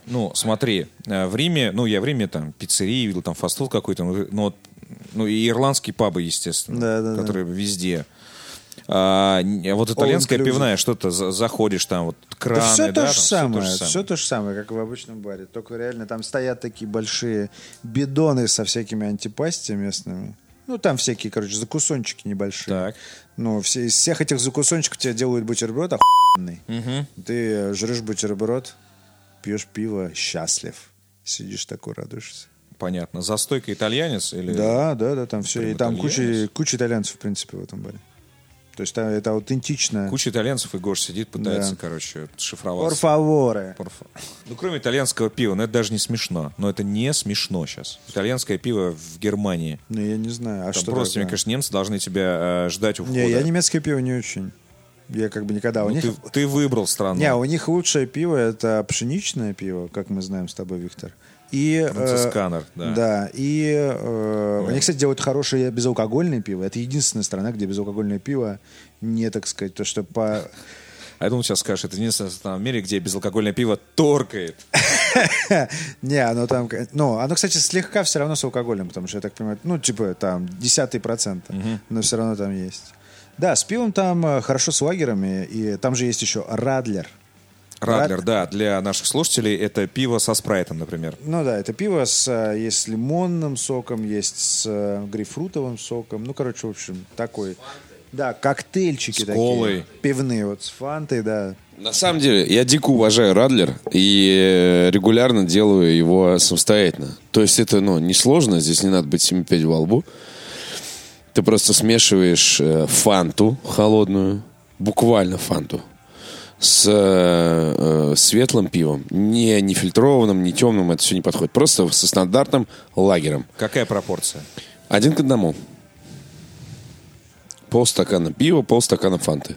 Speaker 2: Ну, смотри, э, в Риме, ну, я в Риме там пиццерии видел, там фастфуд какой-то, ну, ну, вот, ну, и ирландские пабы, естественно,
Speaker 3: Да-да-да.
Speaker 2: которые везде. А, н- а вот итальянская
Speaker 3: inclusive.
Speaker 2: пивная, что ты за- заходишь там, вот краны,
Speaker 3: да все то
Speaker 2: да, там
Speaker 3: же
Speaker 2: всё
Speaker 3: самое, все то же самое, как и в обычном баре. Только реально там стоят такие большие бидоны со всякими антипасти местными. Ну, там всякие, короче, закусончики небольшие.
Speaker 2: Так.
Speaker 3: Ну, все, из всех этих закусончиков тебе делают бутерброд охуенный. Ты э, жрешь бутерброд, пьешь пиво, счастлив. Сидишь такой, радуешься.
Speaker 2: Понятно. За стойкой итальянец или...
Speaker 3: Да, да, да, там все.
Speaker 2: Э, Прям
Speaker 3: И там куча,
Speaker 2: итальянец.
Speaker 3: куча итальянцев, в принципе, в этом баре. То есть там это аутентично.
Speaker 2: Куча итальянцев, и Гош сидит, пытается,
Speaker 3: Да.
Speaker 2: короче,
Speaker 3: Por
Speaker 2: шифроваться.
Speaker 3: favore.
Speaker 2: Порфа. Ну, кроме итальянского пива, ну, это даже не смешно. Но это не смешно сейчас. Итальянское пиво в Германии.
Speaker 3: Ну, я не знаю, а
Speaker 2: Там
Speaker 3: что
Speaker 2: просто,
Speaker 3: такое?
Speaker 2: мне кажется, немцы должны тебя э, ждать у входа.
Speaker 3: Не, я немецкое пиво не очень. Я как бы
Speaker 4: А
Speaker 3: никогда. а у
Speaker 2: Ну,
Speaker 3: них...
Speaker 2: ты, ну. ты выбрал страну.
Speaker 3: Не, у них лучшее пиво это пшеничное пиво, как мы знаем с тобой, Виктор. И, э,
Speaker 2: Францисканер, да.
Speaker 3: Да, и э, они, кстати, делают хорошее безалкогольное пиво. Это единственная страна, где безалкогольное пиво не, так сказать, то, что по...
Speaker 2: А я думал, сейчас скажешь, это единственная страна в мире, где безалкогольное пиво торкает.
Speaker 3: Не, оно там... к- Ну, оно, кстати, слегка все равно с алкоголем, потому что, я так понимаю, ну, типа, там, десятый процент, но все равно там есть. Да, с пивом там э, хорошо с лагерами, и там же есть еще Радлер.
Speaker 2: Радлер, да, для наших слушателей это пиво со спрайтом, например.
Speaker 3: Ну да, это пиво с, э, есть с лимонным соком, есть с э, грейпфрутовым соком. Ну, короче, в общем, такой. Да, коктейльчики
Speaker 2: С
Speaker 3: такие.
Speaker 2: колой.
Speaker 3: Пивные, вот с фантой, да.
Speaker 4: На самом деле, я дико уважаю Радлер и э, регулярно делаю его самостоятельно. То есть это, ну, несложно, здесь не надо быть 7-5 во лбу. Ты просто смешиваешь э, фанту холодную, буквально фанту, с э, э, светлым пивом. Не, не фильтрованным, не темным, это все не подходит. Просто со стандартным лагером.
Speaker 2: Какая пропорция?
Speaker 4: Один к одному. Полстакана пива, полстакана фанты.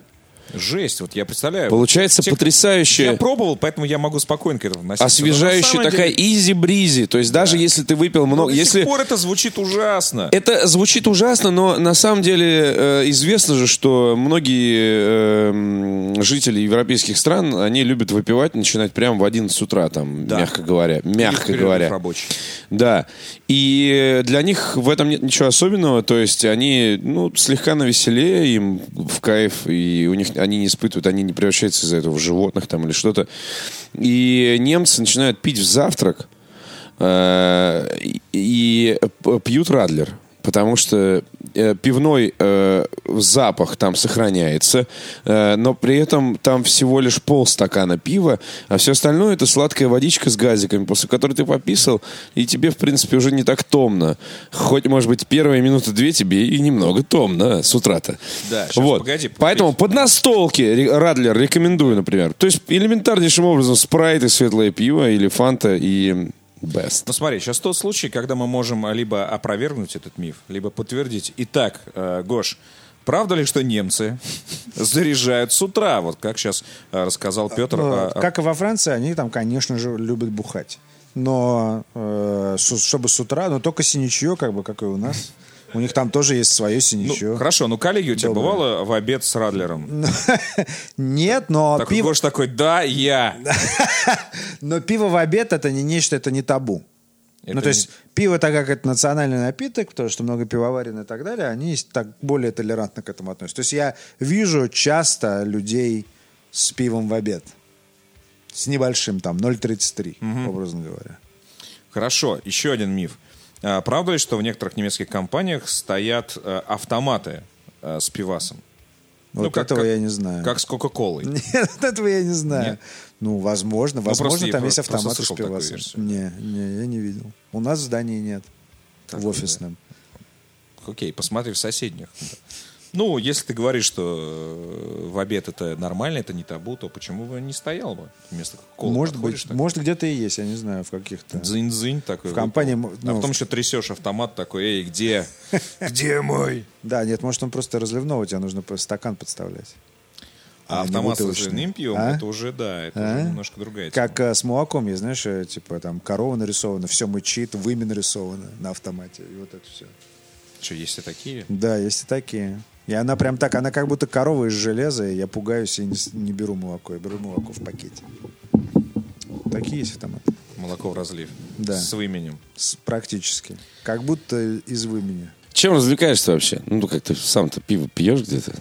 Speaker 2: Жесть, вот я представляю.
Speaker 4: Получается
Speaker 2: Те, кто-
Speaker 4: потрясающе.
Speaker 2: Я пробовал, поэтому я могу спокойно к этому относиться. Но
Speaker 4: Освежающая
Speaker 2: ну, на самом
Speaker 4: такая
Speaker 2: деле, Ну,
Speaker 4: изи-бризи. То есть даже если ты выпил много...
Speaker 2: До
Speaker 4: если...
Speaker 2: сих пор это звучит ужасно.
Speaker 4: Это звучит ужасно, но на самом деле э, известно же, что многие э, м, жители европейских стран, они любят выпивать, начинать прямо в 11 утра, там, мягко говоря. Мягко
Speaker 2: перерыв
Speaker 4: говоря.
Speaker 2: рабочий.
Speaker 4: Да. И э, для них в этом нет ничего особенного. То есть они, ну, слегка навеселее, им в кайф, и у них они не испытывают, они не превращаются из-за этого в животных там или что-то. И немцы начинают пить в завтрак э, и- и п- пьют Радлер. Потому что э, пивной э, запах там сохраняется, э, но при этом там всего лишь полстакана пива, а все остальное это сладкая водичка с газиками, после которой ты пописал, и тебе, в принципе, уже не так томно. Хоть, может быть, первые минуты две тебе и немного томно с утра-то.
Speaker 2: Да, щас,
Speaker 4: вот.
Speaker 2: погоди, попей.
Speaker 4: Поэтому под настолки ре- Радлер рекомендую, например. То есть элементарнейшим образом спрайт и светлое пиво, или фанта и бест.
Speaker 2: Ну смотри, сейчас тот случай, когда мы можем а, либо опровергнуть этот миф, либо подтвердить. Итак, э, Гош, правда ли, что немцы заряжают с утра? Вот как сейчас рассказал а, Петр.
Speaker 3: Ну,
Speaker 2: о- о-
Speaker 3: Как и во Франции, они там, конечно же, любят бухать. Но э, с- чтобы с утра, но только синичье, как бы, как и у нас. У них там тоже есть свое
Speaker 2: Ну,
Speaker 3: синичье.
Speaker 2: хорошо, ну коллеги, у тебя
Speaker 3: Доброе.
Speaker 2: бывало в обед с Радлером?
Speaker 3: Нет, но
Speaker 2: Так
Speaker 3: Ну, а пиво,
Speaker 2: Гош такой, да, я.
Speaker 3: но пиво в обед это не нечто, это не табу.
Speaker 2: Это
Speaker 3: ну, то
Speaker 2: не-
Speaker 3: есть пиво, так как это национальный напиток, потому что много пивоварен и так далее, они так более толерантно к этому относятся. То есть я вижу часто людей с пивом в обед. С небольшим там, 0,33, образно говоря.
Speaker 2: Хорошо, еще один миф. А, Правда ли, что в некоторых немецких компаниях стоят э, автоматы э, с пивасом?
Speaker 3: Вот
Speaker 2: Ну, как-
Speaker 3: этого
Speaker 2: как-
Speaker 3: я не знаю.
Speaker 2: Как с Кока-Колой.
Speaker 3: Нет, этого я не знаю.
Speaker 2: Нет?
Speaker 3: Ну, возможно.
Speaker 2: просто
Speaker 3: возможно,
Speaker 2: я
Speaker 3: там
Speaker 2: про-
Speaker 3: есть
Speaker 2: просто
Speaker 3: автоматы с
Speaker 2: слышал такую
Speaker 3: пивасом.
Speaker 2: версию. ну
Speaker 3: Не, не, я не видел. У нас в здании нет. в офисном.
Speaker 2: Окей, посмотри в соседних. Ну, если ты говоришь, что э, в обед это нормально, это не табу, то почему бы не стоял бы вместо колы?
Speaker 3: может
Speaker 2: подходишь
Speaker 3: быть,
Speaker 2: так,
Speaker 3: может, где-то и есть, я не знаю, в каких-то.
Speaker 2: Дзынь-дзынь такой.
Speaker 3: В компании,
Speaker 2: выпал.
Speaker 3: ну,
Speaker 2: а потом
Speaker 3: в-
Speaker 2: еще трясешь автомат такой, эй, где? Где мой?
Speaker 3: Да, нет, может, он просто разливного, тебе нужно по- стакан подставлять.
Speaker 2: А
Speaker 3: не
Speaker 2: автомат с
Speaker 3: бутылочный.
Speaker 2: ржаным пивом,
Speaker 3: А?
Speaker 2: это уже, да, это
Speaker 3: А?
Speaker 2: уже немножко другая тема.
Speaker 3: Как э, с молоком, есть, знаешь, э, типа там корова нарисована, все мычит, вымя нарисовано на автомате. И вот это все.
Speaker 2: Что, есть и такие?
Speaker 3: Да, есть и такие. И она прям так, она как будто корова из железа, и я пугаюсь и не, с- не беру молоко, я беру молоко в пакете. Такие есть автоматы.
Speaker 2: Молоко в разлив.
Speaker 3: Да.
Speaker 2: С выменем.
Speaker 3: С- практически. Как будто из вымени.
Speaker 4: Чем развлекаешься вообще? Ну, ну, как ты сам-то пиво пьешь где-то?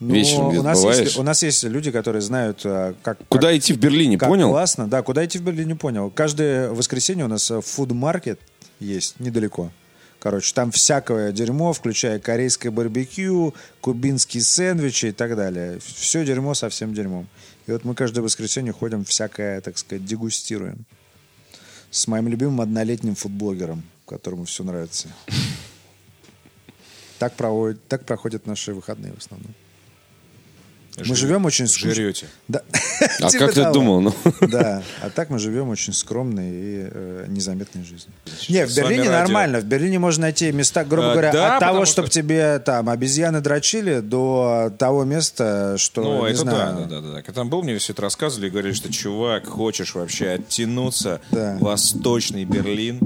Speaker 3: Но
Speaker 4: Вечером где-то
Speaker 3: у, нас
Speaker 4: бываешь?
Speaker 3: есть, у нас есть люди, которые знают, а, как...
Speaker 4: Куда
Speaker 3: как-
Speaker 4: идти в Берлине,
Speaker 3: как
Speaker 4: понял?
Speaker 3: классно. Да, куда идти в Берлине, понял. Каждое воскресенье у нас э, фудмаркет есть недалеко. Короче, там всякое дерьмо, включая корейское барбекю, кубинские сэндвичи и так далее. Все дерьмо со всем дерьмом. И вот мы каждое воскресенье ходим, всякое, так сказать, дегустируем. С моим любимым однолетним фудблогером, которому все нравится. Так, проводят, так проходят наши выходные в основном. Мы
Speaker 2: Жрё-
Speaker 3: живем очень скучно.
Speaker 2: Жрете.
Speaker 3: Да.
Speaker 4: А
Speaker 3: Типа
Speaker 4: как ты
Speaker 3: того.
Speaker 4: думал? Ну,
Speaker 3: Да, а так мы живем очень скромной и э, незаметной жизнью. Не, в
Speaker 2: С вами
Speaker 3: Берлине
Speaker 2: радио.
Speaker 3: нормально. В Берлине можно найти места, грубо
Speaker 2: Э,
Speaker 3: говоря,
Speaker 2: да,
Speaker 3: от того,
Speaker 2: потому
Speaker 3: чтобы
Speaker 2: что-
Speaker 3: тебе там обезьяны дрочили, до того места, что,
Speaker 2: Ну,
Speaker 3: не
Speaker 2: это да,
Speaker 3: знаю,
Speaker 2: да, да, да, да. Когда Там был, мне все это рассказывали, говорили, что, чувак, хочешь вообще оттянуться,
Speaker 3: Да.
Speaker 2: восточный Берлин,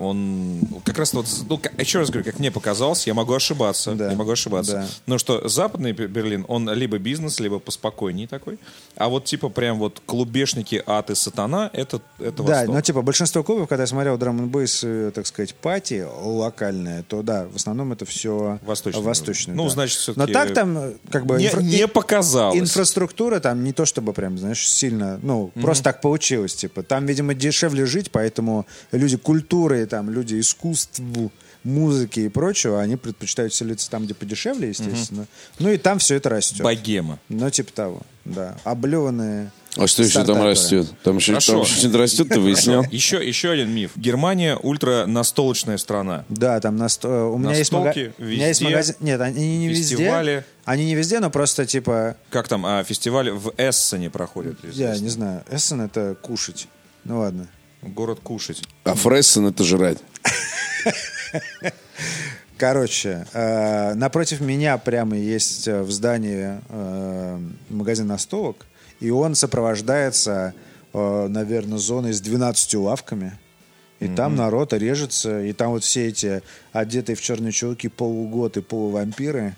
Speaker 2: он как раз вот, ну, к- еще раз говорю, как мне показалось, я могу ошибаться,
Speaker 3: Да,
Speaker 2: я могу ошибаться,
Speaker 3: да.
Speaker 2: но что западный Бер- Берлин, он либо бизнес, либо поспокойнее такой, а вот типа прям вот клубешники ад и сатана, это, это
Speaker 3: Да,
Speaker 2: Восток.
Speaker 3: но типа большинство клубов, когда я смотрел драм н э, так сказать, пати локальные, то да, в основном это все
Speaker 2: Восточные.
Speaker 3: восточные,
Speaker 2: Ну,
Speaker 3: да.
Speaker 2: значит, всё-таки
Speaker 3: Но так там э, как бы
Speaker 2: Не,
Speaker 3: инфра-
Speaker 2: не
Speaker 3: и-
Speaker 2: показалось.
Speaker 3: инфраструктура там не то чтобы прям, знаешь, сильно, ну, просто так получилось, типа. Там, видимо, дешевле жить, поэтому люди культуры, там, люди искусств, музыки и прочего, они предпочитают селиться там, где подешевле, естественно. Ну и там все это растет.
Speaker 2: Богема.
Speaker 3: Ну, типа того, да. Облеванные
Speaker 4: а что еще там
Speaker 3: стартаперы.
Speaker 4: растет? Там еще,
Speaker 2: Хорошо.
Speaker 4: там еще что-то растет, ты выяснял?
Speaker 2: Еще, еще один миф. Германия ультра настолочная страна.
Speaker 3: Да, там на сто- э, у меня есть мага-
Speaker 2: Настолки
Speaker 3: у меня есть
Speaker 2: везде,
Speaker 3: магазин. Нет, они не
Speaker 2: фестивали.
Speaker 3: везде. Они не везде, но просто типа
Speaker 2: Как там, а, фестиваль в Эссене проходит?
Speaker 3: я
Speaker 2: естественно.
Speaker 3: не знаю. Эссен это кушать. Ну ладно.
Speaker 2: Город кушать.
Speaker 4: А Фрессен это жрать.
Speaker 3: Короче, э, напротив меня прямо есть э, в здании э, магазин настолок, и он сопровождается, э, наверное, зоной с 12 лавками. И там народ режется, и там вот все эти одетые в черные чулки полуготы, полувампиры,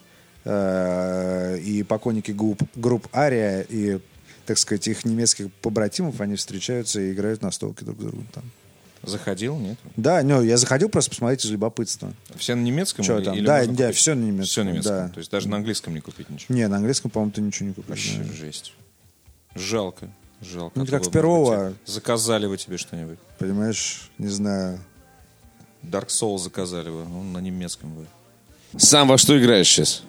Speaker 3: э, и покойники групп, групп Ария, и, так сказать, их немецких побратимов, они встречаются и играют в настолки друг с другом там.
Speaker 2: Заходил, нет?
Speaker 3: Да, не, я заходил просто посмотреть из любопытства.
Speaker 2: Все на немецком?
Speaker 3: Чё
Speaker 2: или-
Speaker 3: там?
Speaker 2: или
Speaker 3: Да,
Speaker 2: можно
Speaker 3: да,
Speaker 2: купить?
Speaker 3: всё на немецком,
Speaker 2: Всё на немецком.
Speaker 3: да.
Speaker 2: То есть даже на английском не купить ничего.
Speaker 3: Не, на английском, по-моему, ты ничего не купишь.
Speaker 2: Вообще жесть. Жалко. Жалко.
Speaker 3: Ну,
Speaker 2: А то
Speaker 3: как
Speaker 2: вы,
Speaker 3: с первого.
Speaker 2: может быть, Заказали бы тебе что-нибудь.
Speaker 3: Понимаешь, не знаю.
Speaker 2: Dark Soul заказали бы. Ну, на немецком бы.
Speaker 4: Сам во что играешь сейчас?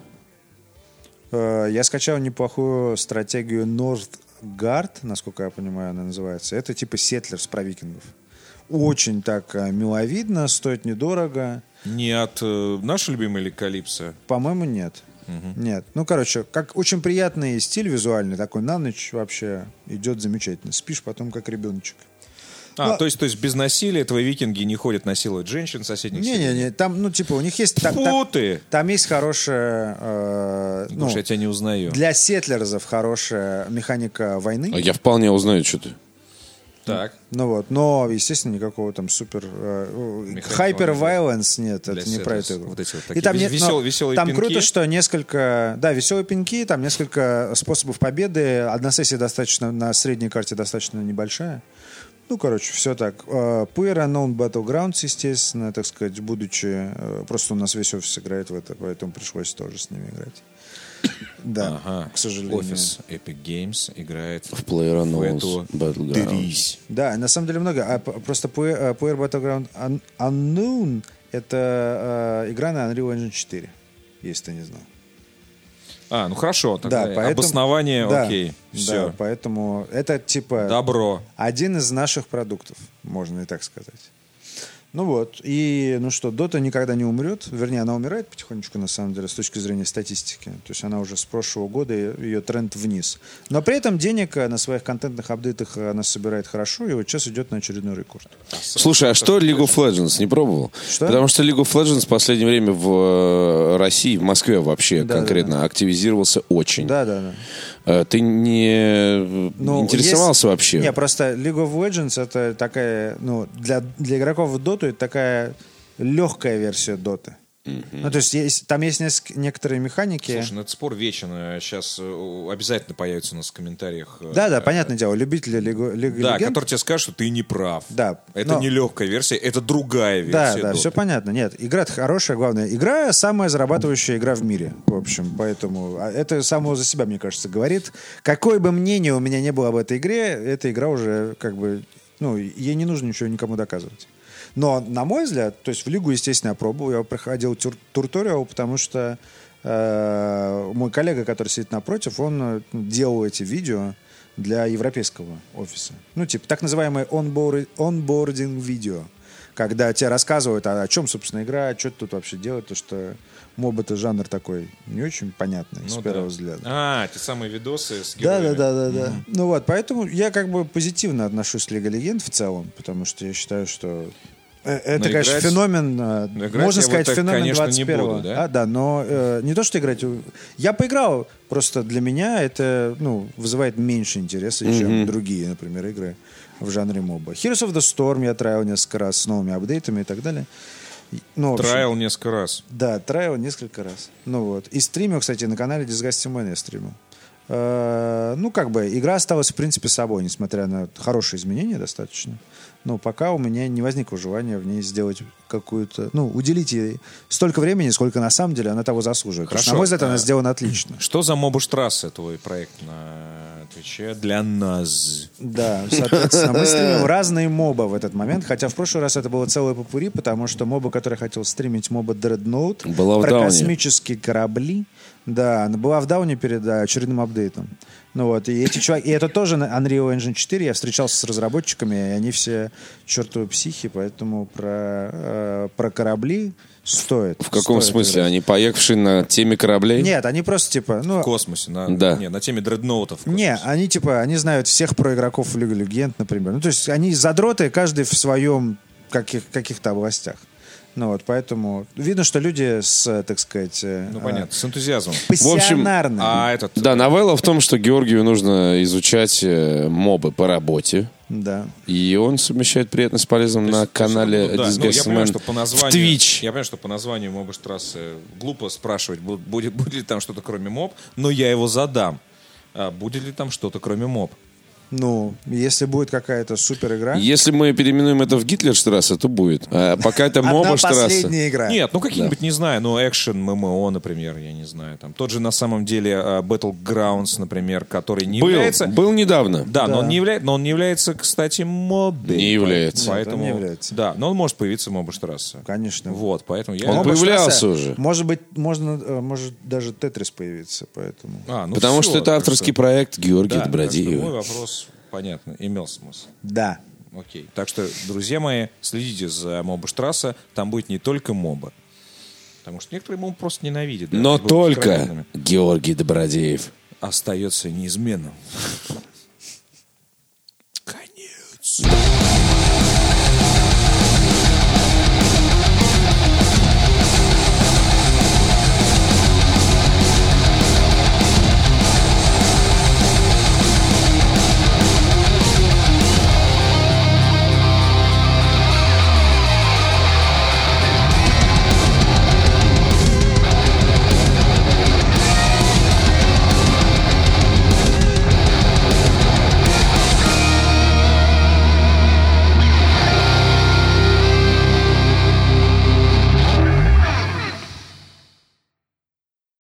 Speaker 3: Э, Я скачал неплохую стратегию Нордгард, насколько я понимаю, она называется. Это типа сетлерс про викингов. Очень так э, миловидно, стоит недорого.
Speaker 2: Не от э, нашей любимой или Калипсо?
Speaker 3: По-моему, нет. Нет. Ну, короче, как очень приятный стиль визуальный, такой на ночь вообще идет замечательно. Спишь потом как ребеночек.
Speaker 2: А,
Speaker 3: Ну,
Speaker 2: то, есть, то есть без насилия твои викинги не ходят насиловать женщин соседних семей?
Speaker 3: Не-не-не, там, ну, типа, у них есть... та- та-
Speaker 2: Фу ты!
Speaker 3: Там есть хорошая... э, ну,
Speaker 2: Потому что я тебя не узнаю.
Speaker 3: для сетлерзов хорошая механика войны.
Speaker 4: А Я вполне узнаю, что ты.
Speaker 2: Так.
Speaker 3: Ну вот, но, естественно, никакого там супер... э,
Speaker 2: Механика
Speaker 3: Hyper
Speaker 2: войны.
Speaker 3: violence нет,
Speaker 2: Для
Speaker 3: это не про
Speaker 2: сервиса.
Speaker 3: эту игру.
Speaker 2: Вот эти вот
Speaker 3: И
Speaker 2: такие
Speaker 3: там
Speaker 2: вес-
Speaker 3: нет, но
Speaker 2: весел- веселые
Speaker 3: Там
Speaker 2: пинки.
Speaker 3: круто, что несколько... Да, веселые пинки, там несколько способов победы. Одна сессия достаточно на средней карте достаточно небольшая. Ну, короче, все так. Пыра, Known Battlegrounds, естественно, так сказать, будучи... э, Просто у нас весь офис играет в это, поэтому пришлось тоже с ними играть. Да,
Speaker 2: Ага.
Speaker 3: к сожалению.
Speaker 2: Офис Epic Games играет
Speaker 4: В
Speaker 2: в
Speaker 4: PlayerUnknown's
Speaker 2: эту
Speaker 4: Battlegrounds.
Speaker 2: дрись.
Speaker 3: Да, на самом деле много. А, п- просто Pu- э, Puer Battleground Un- Unknown — это э, игра на Unreal Engine 4, если ты не знал.
Speaker 2: А, ну хорошо.
Speaker 3: Да,
Speaker 2: Тогда
Speaker 3: поэтому-
Speaker 2: Обоснование,
Speaker 3: да,
Speaker 2: окей.
Speaker 3: да,
Speaker 2: Все.
Speaker 3: поэтому это типа
Speaker 2: Добро.
Speaker 3: один из наших продуктов, можно и так сказать. Ну вот, и ну что, Дота никогда не умрет, вернее, она умирает потихонечку, на самом деле, с точки зрения статистики. То есть она уже с прошлого года, и ее тренд вниз. Но при этом денег э, на своих контентных апдейтах э, она собирает хорошо, и вот сейчас идет на очередной рекорд.
Speaker 4: Слушай, а что League of Legends? Не пробовал?
Speaker 3: Что?
Speaker 4: Потому что League of Legends в последнее время в э, России, в Москве вообще
Speaker 3: Да,
Speaker 4: конкретно,
Speaker 3: да,
Speaker 4: активизировался очень.
Speaker 3: Да, да, да.
Speaker 4: Э, Ты не
Speaker 3: Ну, есть-
Speaker 4: интересовался вообще?
Speaker 3: Не, просто League of Legends это такая, ну, для, для игроков в Доту это такая легкая версия Доты. Ну, то есть, есть- там есть неск- некоторые механики.
Speaker 2: Слушай, ну этот спор вечен. Сейчас обязательно появится у нас в комментариях. э,
Speaker 3: да, да, понятное дело, любители Лиго- Лиги
Speaker 2: Да,
Speaker 3: Легенд.
Speaker 2: который тебе скажет, что ты не прав.
Speaker 3: Да,
Speaker 2: Это
Speaker 3: но-
Speaker 2: не легкая версия, это другая версия.
Speaker 3: Да, да,
Speaker 2: Доты.
Speaker 3: все понятно. Нет, игра хорошая, главное. Игра самая зарабатывающая игра в мире, в общем. Поэтому а, это само за себя, мне кажется, говорит. Какое бы мнение у меня не было об этой игре, эта игра уже как бы... Ну, ей не нужно ничего никому доказывать. Но, на мой взгляд, то есть в Лигу, естественно, я пробовал. Я проходил тюр- турториал, потому что э, мой коллега, который сидит напротив, он э, делал эти видео для европейского офиса. Ну, типа, так называемое онборы- онбординг-видео когда тебе рассказывают, а о чем, собственно, игра, что тут вообще делать, потому что моб это жанр такой не очень понятный
Speaker 2: Ну
Speaker 3: с
Speaker 2: да.
Speaker 3: первого взгляда.
Speaker 2: А, те самые видосы с
Speaker 3: Да, да,
Speaker 2: героями.
Speaker 3: да, да, да. Ну вот, поэтому я как бы позитивно отношусь к Лига Легенд в целом, потому что я считаю, что э, это,
Speaker 2: Но
Speaker 3: конечно,
Speaker 2: играть-
Speaker 3: феномен, э,
Speaker 2: но играть
Speaker 3: можно
Speaker 2: я в
Speaker 3: сказать,
Speaker 2: это,
Speaker 3: феномен
Speaker 2: конечно, не
Speaker 3: 21
Speaker 2: буду, да?
Speaker 3: А, да, но э, не то, что играть. э, Я поиграл, просто для меня это ну, вызывает меньше интереса, чем другие, например, игры в жанре моба. Heroes of the Storm я траил несколько раз с новыми апдейтами и так далее. И- Ну, в общем,
Speaker 2: Траил несколько раз.
Speaker 3: да, траил несколько раз. Ну вот. И стримил, кстати, на канале Disgusting Man я стримил. Э, Ну, как бы, игра осталась, в принципе, собой, несмотря на хорошие изменения достаточно. Но пока у меня не возникло желания в ней сделать какую-то... Ну, уделить ей столько времени, сколько на самом деле она того заслуживает. Потому что, на
Speaker 2: Хорошо.
Speaker 3: мой взгляд, она
Speaker 2: А.
Speaker 3: сделана отлично.
Speaker 2: Что за Мобуштрасса твой проект на э, Твиче для нас?
Speaker 3: Да, соответственно, мы стримим разные моба в этот момент, хотя в прошлый раз это было целое попури, потому что моба, который я хотел стримить, моба Dreadnought,
Speaker 4: Была в
Speaker 3: про
Speaker 4: Дауне.
Speaker 3: космические корабли, да, она была в Дауне перед да, очередным апдейтом. Ну вот, и эти чуваки, и это тоже на Unreal Engine 4, я встречался с разработчиками, и они все чертовы психи, поэтому про, э, про корабли стоит.
Speaker 4: В каком смысле? Они поехавшие на теме кораблей?
Speaker 3: Нет, они просто типа, ну,
Speaker 2: В космосе. На,
Speaker 4: Да.
Speaker 2: Не, на теме дредноутов. в космосе.
Speaker 3: Не, они типа, они знают всех про игроков Лиги Легенд, например. Ну, то есть они задроты, каждый в своем каких, каких-то областях. Ну вот, поэтому видно, что люди с, так сказать, э,
Speaker 2: Ну, понятно, с энтузиазмом.
Speaker 3: пассионарны.
Speaker 2: А этот...
Speaker 4: Да, новелла в том, что Георгию нужно изучать э, мобы по работе.
Speaker 3: Да.
Speaker 4: И он совмещает приятно с полезным на канале
Speaker 2: Ну, да, ну, я
Speaker 4: Disgusting
Speaker 2: понимаю,
Speaker 4: Man
Speaker 2: что по
Speaker 4: в
Speaker 2: названию...
Speaker 4: Twitch.
Speaker 2: Я понимаю, что по названию моба трассы глупо спрашивать, бу- будет, будет ли там что-то кроме моб, но я его задам. А будет ли там что-то кроме моб?
Speaker 3: Ну, если будет какая-то супер игра.
Speaker 4: Если мы переименуем это в Гитлерштрассе, то будет. А пока это
Speaker 3: Одна
Speaker 4: Мобоштрассе.
Speaker 3: последняя игра.
Speaker 2: Нет, ну какие-нибудь, не знаю, ну экшен, ММО, например, я не знаю. Там тот же на самом деле э, Battlegrounds, например, который не
Speaker 4: Был,
Speaker 2: является...
Speaker 4: был недавно.
Speaker 2: Да, Но, он не является, но он не является, кстати, мобом.
Speaker 4: Не является.
Speaker 3: Нет, он
Speaker 2: Поэтому,
Speaker 3: не является.
Speaker 2: Да, но он может появиться мобоштрасса.
Speaker 3: Конечно.
Speaker 2: Вот, поэтому я...
Speaker 4: Он
Speaker 3: Оба
Speaker 4: появлялся
Speaker 3: шанса.
Speaker 4: уже.
Speaker 3: Может быть, можно, э, может даже Тетрис появится, поэтому.
Speaker 2: А, ну
Speaker 4: Потому
Speaker 2: всё,
Speaker 4: что это
Speaker 2: так
Speaker 4: авторский проект Георгия
Speaker 2: Да, так что мой
Speaker 4: Добродеева.
Speaker 2: вопрос, понятно, имел смысл.
Speaker 3: Да.
Speaker 2: Окей. Так что, друзья мои, следите за моба Штрасса. Там будет не только моба. Потому что некоторые мобы просто ненавидят. да,
Speaker 4: Но
Speaker 2: если быть
Speaker 4: только
Speaker 2: откровенными.
Speaker 4: Георгий Добродеев.
Speaker 2: Остается неизменным.